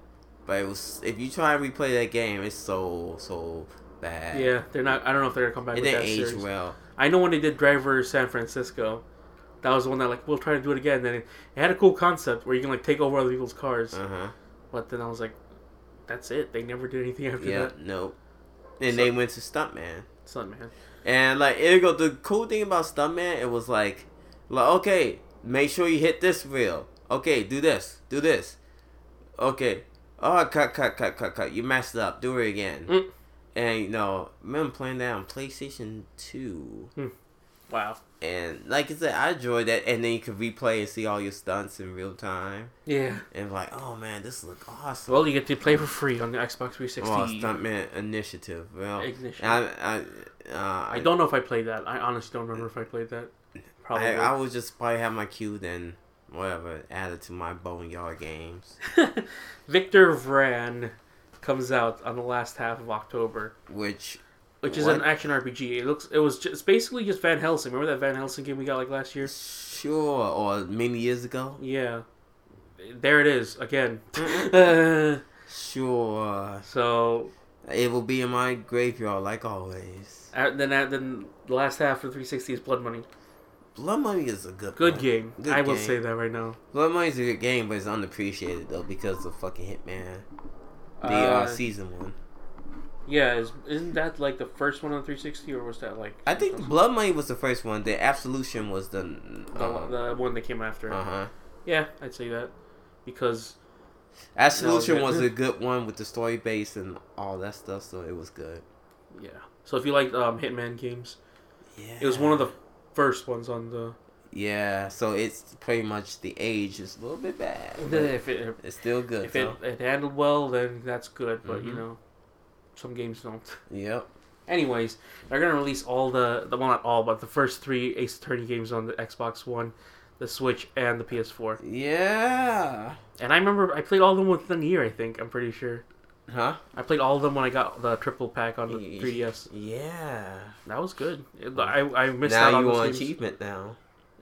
Speaker 2: but it was if you try and replay that game, it's so so bad.
Speaker 1: Yeah, they're not. I don't know if they're gonna come back
Speaker 2: it
Speaker 1: with
Speaker 2: didn't
Speaker 1: that
Speaker 2: age
Speaker 1: series.
Speaker 2: well.
Speaker 1: I know when they did Driver San Francisco, that was the one that like we'll try to do it again. And it, it had a cool concept where you can like take over other people's cars.
Speaker 2: Uh huh.
Speaker 1: But then I was like, that's it. They never did anything after
Speaker 2: Yeah.
Speaker 1: that.
Speaker 2: Nope. And
Speaker 1: So-
Speaker 2: they went to Stuntman.
Speaker 1: Stuntman.
Speaker 2: And like it go the cool thing about Stuntman, it was like like okay, make sure you hit this wheel. Okay, do this, do this. Okay. Oh cut cut cut cut cut. You messed up. Do it again.
Speaker 1: Mm.
Speaker 2: And you know, remember playing that on PlayStation two.
Speaker 1: Wow.
Speaker 2: And like I said, I enjoyed that and then you could replay and see all your stunts in real time.
Speaker 1: Yeah.
Speaker 2: And like, oh man, this look awesome.
Speaker 1: Well, you get to play for free on the Xbox 360.
Speaker 2: Well, Oh, Stuntman Initiative. Well,
Speaker 1: Ignition.
Speaker 2: I, I, uh,
Speaker 1: I don't know if I played that. I honestly don't remember if I played that. Probably.
Speaker 2: I, I would just probably have my cue then whatever added to my boneyard games,
Speaker 1: Victor Vran comes out on the last half of October,
Speaker 2: which
Speaker 1: which is an
Speaker 2: What?
Speaker 1: action RPG. It looks. It was. Just, it's basically just Van Helsing. Remember that Van Helsing game we got like last year?
Speaker 2: sure or many years ago,
Speaker 1: Yeah. There it is again. Uh,
Speaker 2: sure
Speaker 1: so
Speaker 2: it will be in my graveyard like always.
Speaker 1: uh, then uh, then the last half of 360 is Blood Money.
Speaker 2: Blood Money is a good
Speaker 1: Good
Speaker 2: one.
Speaker 1: game.
Speaker 2: Good
Speaker 1: I will
Speaker 2: game.
Speaker 1: say that right now.
Speaker 2: Blood Money is a good game, but it's unappreciated though because of fucking Hitman. The uh,
Speaker 1: Uh,
Speaker 2: season one.
Speaker 1: Yeah, is, isn't that like the first one on 360, or was that like
Speaker 2: I think Blood Money was the first one. The Absolution was the. uh-huh.
Speaker 1: the, the one that came after? it?
Speaker 2: Uh huh.
Speaker 1: Yeah, I'd say that because
Speaker 2: Absolution
Speaker 1: No,
Speaker 2: was
Speaker 1: good.
Speaker 2: a good one with the story base and all that stuff, so it was good.
Speaker 1: yeah. So if you like um, Hitman games,
Speaker 2: Yeah.
Speaker 1: it was one of the first ones on the.
Speaker 2: Yeah, so it's pretty much the age is a little bit bad. but
Speaker 1: If it
Speaker 2: It's still good.
Speaker 1: if it,
Speaker 2: though.
Speaker 1: it handled well, then that's good. But you
Speaker 2: Mhm.
Speaker 1: know, some games don't.
Speaker 2: Yep.
Speaker 1: Anyways, they're gonna release all the the well not all, but the first three Ace Attorney games on the Xbox One, the Switch, and the PS4.
Speaker 2: Yeah.
Speaker 1: And I remember I played all of them within a year. I think I'm pretty sure
Speaker 2: Huh?
Speaker 1: I played all of them when I got the triple pack on the
Speaker 2: Yeah.
Speaker 1: 3DS.
Speaker 2: Yeah.
Speaker 1: That was good. It- I I missed out
Speaker 2: now
Speaker 1: on
Speaker 2: you
Speaker 1: those
Speaker 2: want
Speaker 1: games.
Speaker 2: achievement now.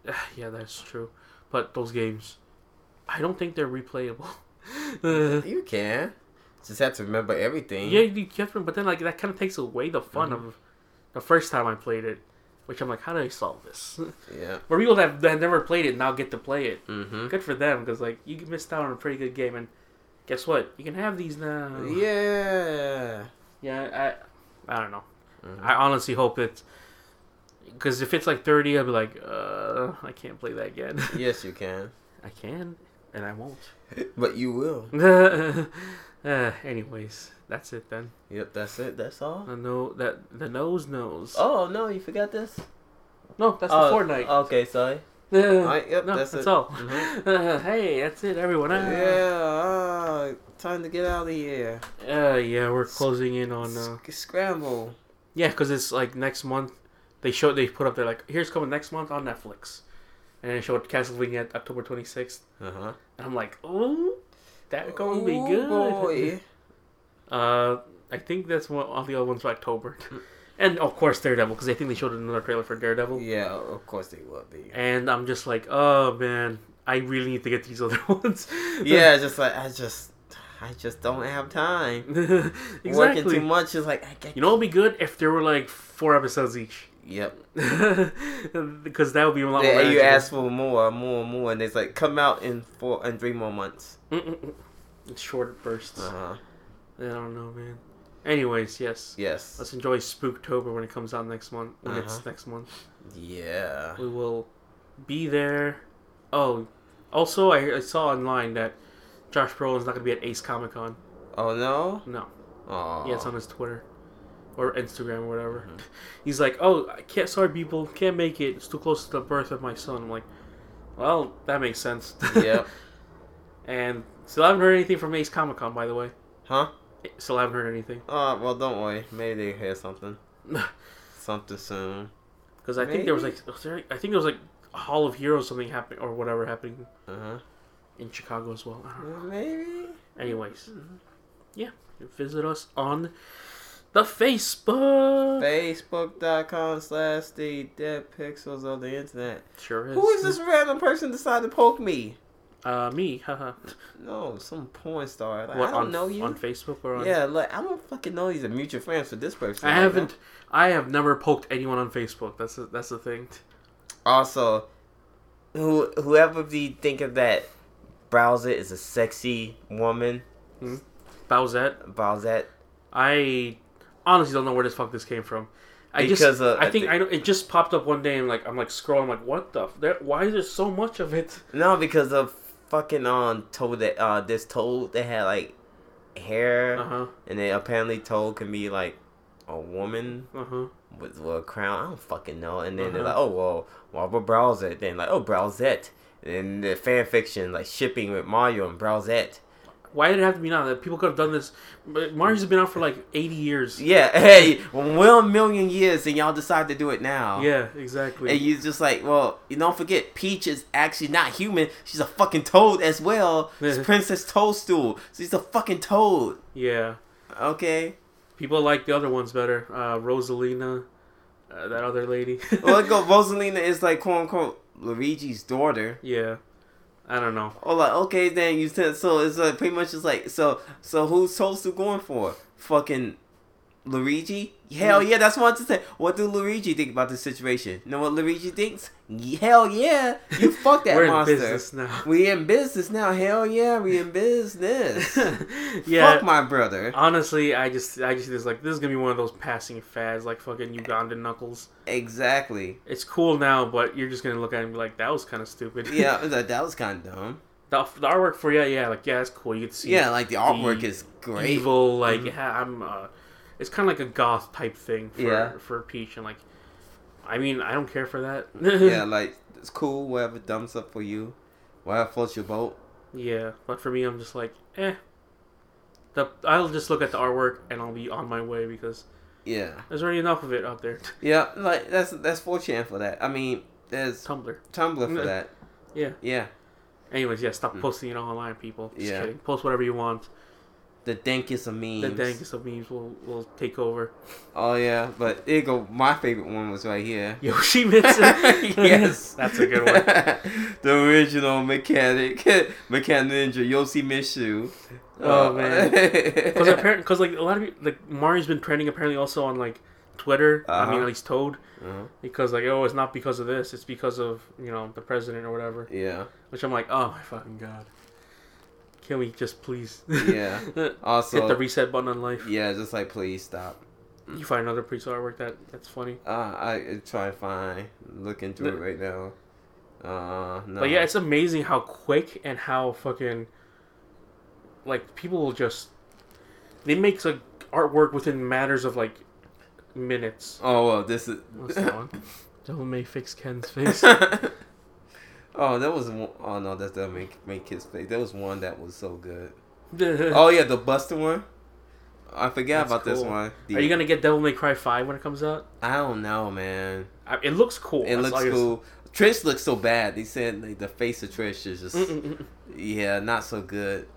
Speaker 1: Yeah, that's true. But those games, I don't think they're replayable. yeah,
Speaker 2: You can. Just have to remember everything.
Speaker 1: you kept them, but then like that kind of takes away the fun
Speaker 2: Mm-hmm.
Speaker 1: of the first time I played it, which I'm like, how do I solve this?
Speaker 2: Yeah.
Speaker 1: Where people that, that never played it now get to play it.
Speaker 2: Mm-hmm.
Speaker 1: Good for them because like you missed out on a pretty good game, and guess what? You can have these now.
Speaker 2: Yeah.
Speaker 1: yeah. I, I don't know.
Speaker 2: Mhm.
Speaker 1: I honestly hope it's because if it's like 30, I'll be like, uh, I can't play that again.
Speaker 2: Yes, you can.
Speaker 1: I can, and I won't.
Speaker 2: But you will.
Speaker 1: uh, anyways, that's it then.
Speaker 2: Yep, that's it. That's all.
Speaker 1: The no that the nose knows.
Speaker 2: Oh, no, you forgot this?
Speaker 1: no, that's
Speaker 2: oh,
Speaker 1: the Fortnite.
Speaker 2: Okay, sorry.
Speaker 1: Uh,
Speaker 2: Alright, yep,
Speaker 1: no,
Speaker 2: that's
Speaker 1: that's,
Speaker 2: it.
Speaker 1: all.
Speaker 2: Mhm.
Speaker 1: Uh, hey, that's it, everyone. Uh,
Speaker 2: Yeah. uh, time to get out of here.
Speaker 1: yeah, uh, yeah, we're closing in on. Uh,
Speaker 2: Sc- scramble.
Speaker 1: yeah, because it's like next month. They show they put up there like here's coming next month on Netflix, and they showed Castlevania at October 26th,
Speaker 2: Uh-huh.
Speaker 1: and I'm like, oh, that gonna be
Speaker 2: Ooh,
Speaker 1: good.
Speaker 2: Oh, boy.
Speaker 1: Uh, I think that's one all the other ones for October, and of course Daredevil because I think they showed another trailer for Daredevil.
Speaker 2: Yeah, of course they will be.
Speaker 1: and I'm just like, oh man, I really need to get these other ones.
Speaker 2: Yeah, it's just like I just, I just don't have time. Working
Speaker 1: exactly.
Speaker 2: too much is like I can't.
Speaker 1: You know, it'd be good if there were like four episodes each,
Speaker 2: Yep.
Speaker 1: because that would be a lot. more
Speaker 2: Then you
Speaker 1: manageable.
Speaker 2: ask for more, more, more, and it's like come out in four and three more months.
Speaker 1: Mm-mm-mm. It's short bursts.
Speaker 2: Uh huh.
Speaker 1: I don't know, man. Anyways, yes.
Speaker 2: Yes.
Speaker 1: Let's enjoy Spooktober when it comes out next month. When it's
Speaker 2: Uh-huh.
Speaker 1: next month,
Speaker 2: Yeah.
Speaker 1: we will be there. Oh, also, I, I saw online that Josh Brolin's not going to be at Ace Comic Con.
Speaker 2: Oh no.
Speaker 1: No,
Speaker 2: Oh.
Speaker 1: yeah, it's on his Twitter or Instagram or whatever.
Speaker 2: Mm-hmm.
Speaker 1: He's like, "Oh, I can't. Sorry, people, can't make it. It's too close to the birth of my son." I'm like, "Well, that makes sense."
Speaker 2: yep.
Speaker 1: and still haven't heard anything from Ace Comic Con, by the way.
Speaker 2: Huh?
Speaker 1: Still haven't heard anything
Speaker 2: Uh, well, don't worry. Maybe they hear something. Something soon.
Speaker 1: because I think there was
Speaker 2: Maybe.
Speaker 1: like, was there- I think there was like Hall of Heroes something happening or whatever happening
Speaker 2: Uh huh.
Speaker 1: in Chicago as well. I don't know.
Speaker 2: Maybe.
Speaker 1: Anyways, yeah, visit us on the Facebook.
Speaker 2: Facebook.com slash the dead pixels of the internet.
Speaker 1: sure is.
Speaker 2: Who is this random person decided to poke me?
Speaker 1: Uh, me, haha.
Speaker 2: No, some porn star. Like,
Speaker 1: What
Speaker 2: I don't
Speaker 1: on
Speaker 2: know you.
Speaker 1: on Facebook or on?
Speaker 2: Yeah, like I don't fucking know these are mutual friends for this person.
Speaker 1: I
Speaker 2: Like,
Speaker 1: haven't. I have never poked anyone on Facebook. That's the, that's the thing.
Speaker 2: Also, who whoever be thinking that Bowsette is a sexy woman,
Speaker 1: Bowsette.
Speaker 2: Bowsette.
Speaker 1: I honestly don't know where this fuck this came from. I just,
Speaker 2: Because, uh,
Speaker 1: I
Speaker 2: I
Speaker 1: think
Speaker 2: thi-
Speaker 1: I don't, it just popped up one day and like I'm like scrolling, like what the? F- there, why is there so much of it?
Speaker 2: No, because of fucking um toad that uh this toad that had like hair,
Speaker 1: Uh huh.
Speaker 2: and then apparently toad can be like a woman
Speaker 1: Uh huh.
Speaker 2: with a crown. I don't fucking know. And then they're
Speaker 1: Uh-huh.
Speaker 2: like, oh well, Marvel Browsette. Then like, oh Browsette. And then the fan fiction like shipping with Mario and Browsette.
Speaker 1: Why did it have to be now? That people could have done this. But Mario's been out for like 80 years.
Speaker 2: Yeah, hey, one million years, and y'all decide to do it now.
Speaker 1: Yeah, exactly.
Speaker 2: And you just like, well, you don't forget, Peach is actually not human. She's a fucking toad as well. She's Princess Toadstool. She's a fucking toad.
Speaker 1: yeah.
Speaker 2: Okay.
Speaker 1: People like the other ones better. Uh, Rosalina, uh, that other lady.
Speaker 2: Well, go. Rosalina is like quote unquote Luigi's daughter.
Speaker 1: yeah. I don't know.
Speaker 2: Oh, like okay, then you said so. It's like pretty much it's like so. So who's Toadstool going for? Fucking Luigi? Hell yeah, that's what I said. What do Luigi think about this situation? You know what Luigi thinks? Hell yeah, you fuck that
Speaker 1: We're
Speaker 2: monster.
Speaker 1: in business now.
Speaker 2: We in business now. Hell yeah, we in business.
Speaker 1: yeah.
Speaker 2: Fuck my brother.
Speaker 1: Honestly, I just, I just was like, this is gonna be one of those passing fads, like fucking Ugandan knuckles.
Speaker 2: Exactly.
Speaker 1: It's cool now, but you're just gonna look at it and be like, that was kind of stupid.
Speaker 2: Yeah, I was like, that was kind of dumb.
Speaker 1: the, the artwork for yeah, yeah, like yeah, that's cool. You can see
Speaker 2: Yeah, like the artwork is great. Mm-hmm.
Speaker 1: evil, like yeah, I'm. Uh, it's kind of like a goth type thing for
Speaker 2: Yeah.
Speaker 1: for Peach, and like, I mean, I don't care for that.
Speaker 2: Yeah, like it's cool. Whatever dumps up for you, whatever floats your boat.
Speaker 1: Yeah, but for me, I'm just like, eh. The, I'll just look at the artwork and I'll be on my way because
Speaker 2: Yeah,
Speaker 1: there's already enough of it out there.
Speaker 2: yeah. Like that's that's 4chan for that. I mean, there's
Speaker 1: Tumblr.
Speaker 2: Tumblr for that.
Speaker 1: Yeah.
Speaker 2: Yeah,
Speaker 1: Anyways, yeah, stop posting it online, people. Just
Speaker 2: Hmm. Yeah.
Speaker 1: kidding. Post whatever you want.
Speaker 2: the dankest of memes.
Speaker 1: The dankest of memes will, will take over.
Speaker 2: Oh yeah, but there you go. My favorite one was right here.
Speaker 1: Yoshi Mitsu.
Speaker 2: yes,
Speaker 1: That's a good one.
Speaker 2: the original mechanic, mechanic ninja Yoshimitsu.
Speaker 1: Oh,
Speaker 2: Uh,
Speaker 1: man. Because apparently, because like a lot of people, like Mario's been trending apparently also on like Twitter. I mean,
Speaker 2: Uh-huh.
Speaker 1: at least Toad,
Speaker 2: Uh-huh.
Speaker 1: because like oh, it's not because of this, it's because of you know the president or whatever.
Speaker 2: yeah,
Speaker 1: Which I'm like, oh my fucking god, can we just please?
Speaker 2: yeah.
Speaker 1: Hit the
Speaker 2: Also,
Speaker 1: reset button on life.
Speaker 2: yeah, just like please stop.
Speaker 1: You find another piece of artwork that that's funny.
Speaker 2: Uh, I I try to find, look into it right now. Uh, no.
Speaker 1: But yeah, it's amazing how quick and how fucking like people will just they make like artwork within matters of like minutes.
Speaker 2: Oh well, this is.
Speaker 1: What's that one? Devil May fix Ken's face.
Speaker 2: oh, that was one oh no, that doesn't make make his face. There was one that was so good.
Speaker 1: oh,
Speaker 2: Oh yeah, the Buster one. I forgot
Speaker 1: That's
Speaker 2: about this
Speaker 1: cool.
Speaker 2: one. The-
Speaker 1: Are you gonna get Devil May Cry Five when it comes out?
Speaker 2: I don't know, man.
Speaker 1: I, it looks cool.
Speaker 2: It
Speaker 1: That's all
Speaker 2: looks
Speaker 1: I gotta
Speaker 2: cool. Trish looks so bad. They said like, the face of Trish is just
Speaker 1: say. Mm-mm-mm.
Speaker 2: yeah, not so good.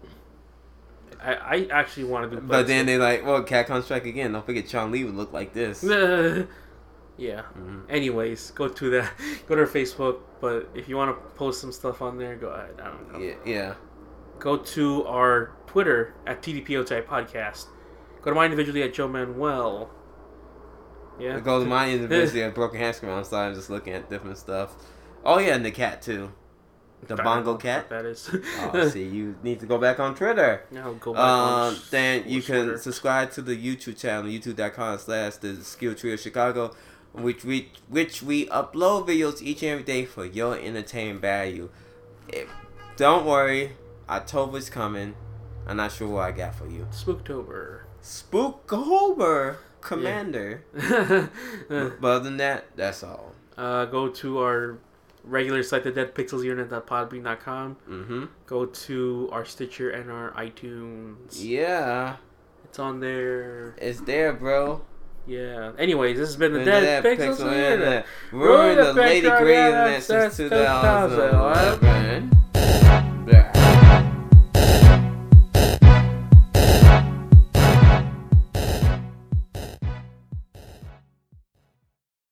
Speaker 1: I, I actually wanted to.
Speaker 2: But, then they like, well, Cat comes back again. Don't forget, Chun Lee would look like this.
Speaker 1: yeah.
Speaker 2: Mhm.
Speaker 1: Anyways, go to that. Go to our Facebook. But if you want to post some stuff on there, go ahead. I don't know.
Speaker 2: Yeah, yeah.
Speaker 1: go to our Twitter at TDPOTI Podcast. Go to mine individually at Joe Manuel. Yeah.
Speaker 2: It goes to my individual broken hand screen. I'm sorry, I'm just looking at different stuff. Oh yeah, and the cat too. The
Speaker 1: I don't know
Speaker 2: bongo
Speaker 1: what
Speaker 2: cat.
Speaker 1: That is.
Speaker 2: Oh, see, you need to go back on Twitter.
Speaker 1: now go back on
Speaker 2: Um,
Speaker 1: s-
Speaker 2: then you can
Speaker 1: Twitter.
Speaker 2: subscribe to the YouTube channel, youtube.com slash the skill tree of Chicago, which we which we upload videos each and every day for your entertainment value. If, don't worry, October's coming. I'm not sure what I got for you.
Speaker 1: Spooktober.
Speaker 2: Spooktober Commander.
Speaker 1: Uh,
Speaker 2: But other than that, that's all.
Speaker 1: uh, go to our regular site, the Dead Pixels Unit.podbean.com.
Speaker 2: Mm-hmm.
Speaker 1: Go to our Stitcher and our iTunes.
Speaker 2: Yeah,
Speaker 1: It's on there.
Speaker 2: it's there, bro.
Speaker 1: Yeah. Anyways, this has been the
Speaker 2: Been
Speaker 1: Dead
Speaker 2: that
Speaker 1: Pixels
Speaker 2: pixel
Speaker 1: Unit. Ruin
Speaker 2: Ruin the
Speaker 1: the
Speaker 2: lady
Speaker 1: pixel
Speaker 2: gray
Speaker 1: internet
Speaker 2: internet since
Speaker 1: since 2011.
Speaker 2: 2011.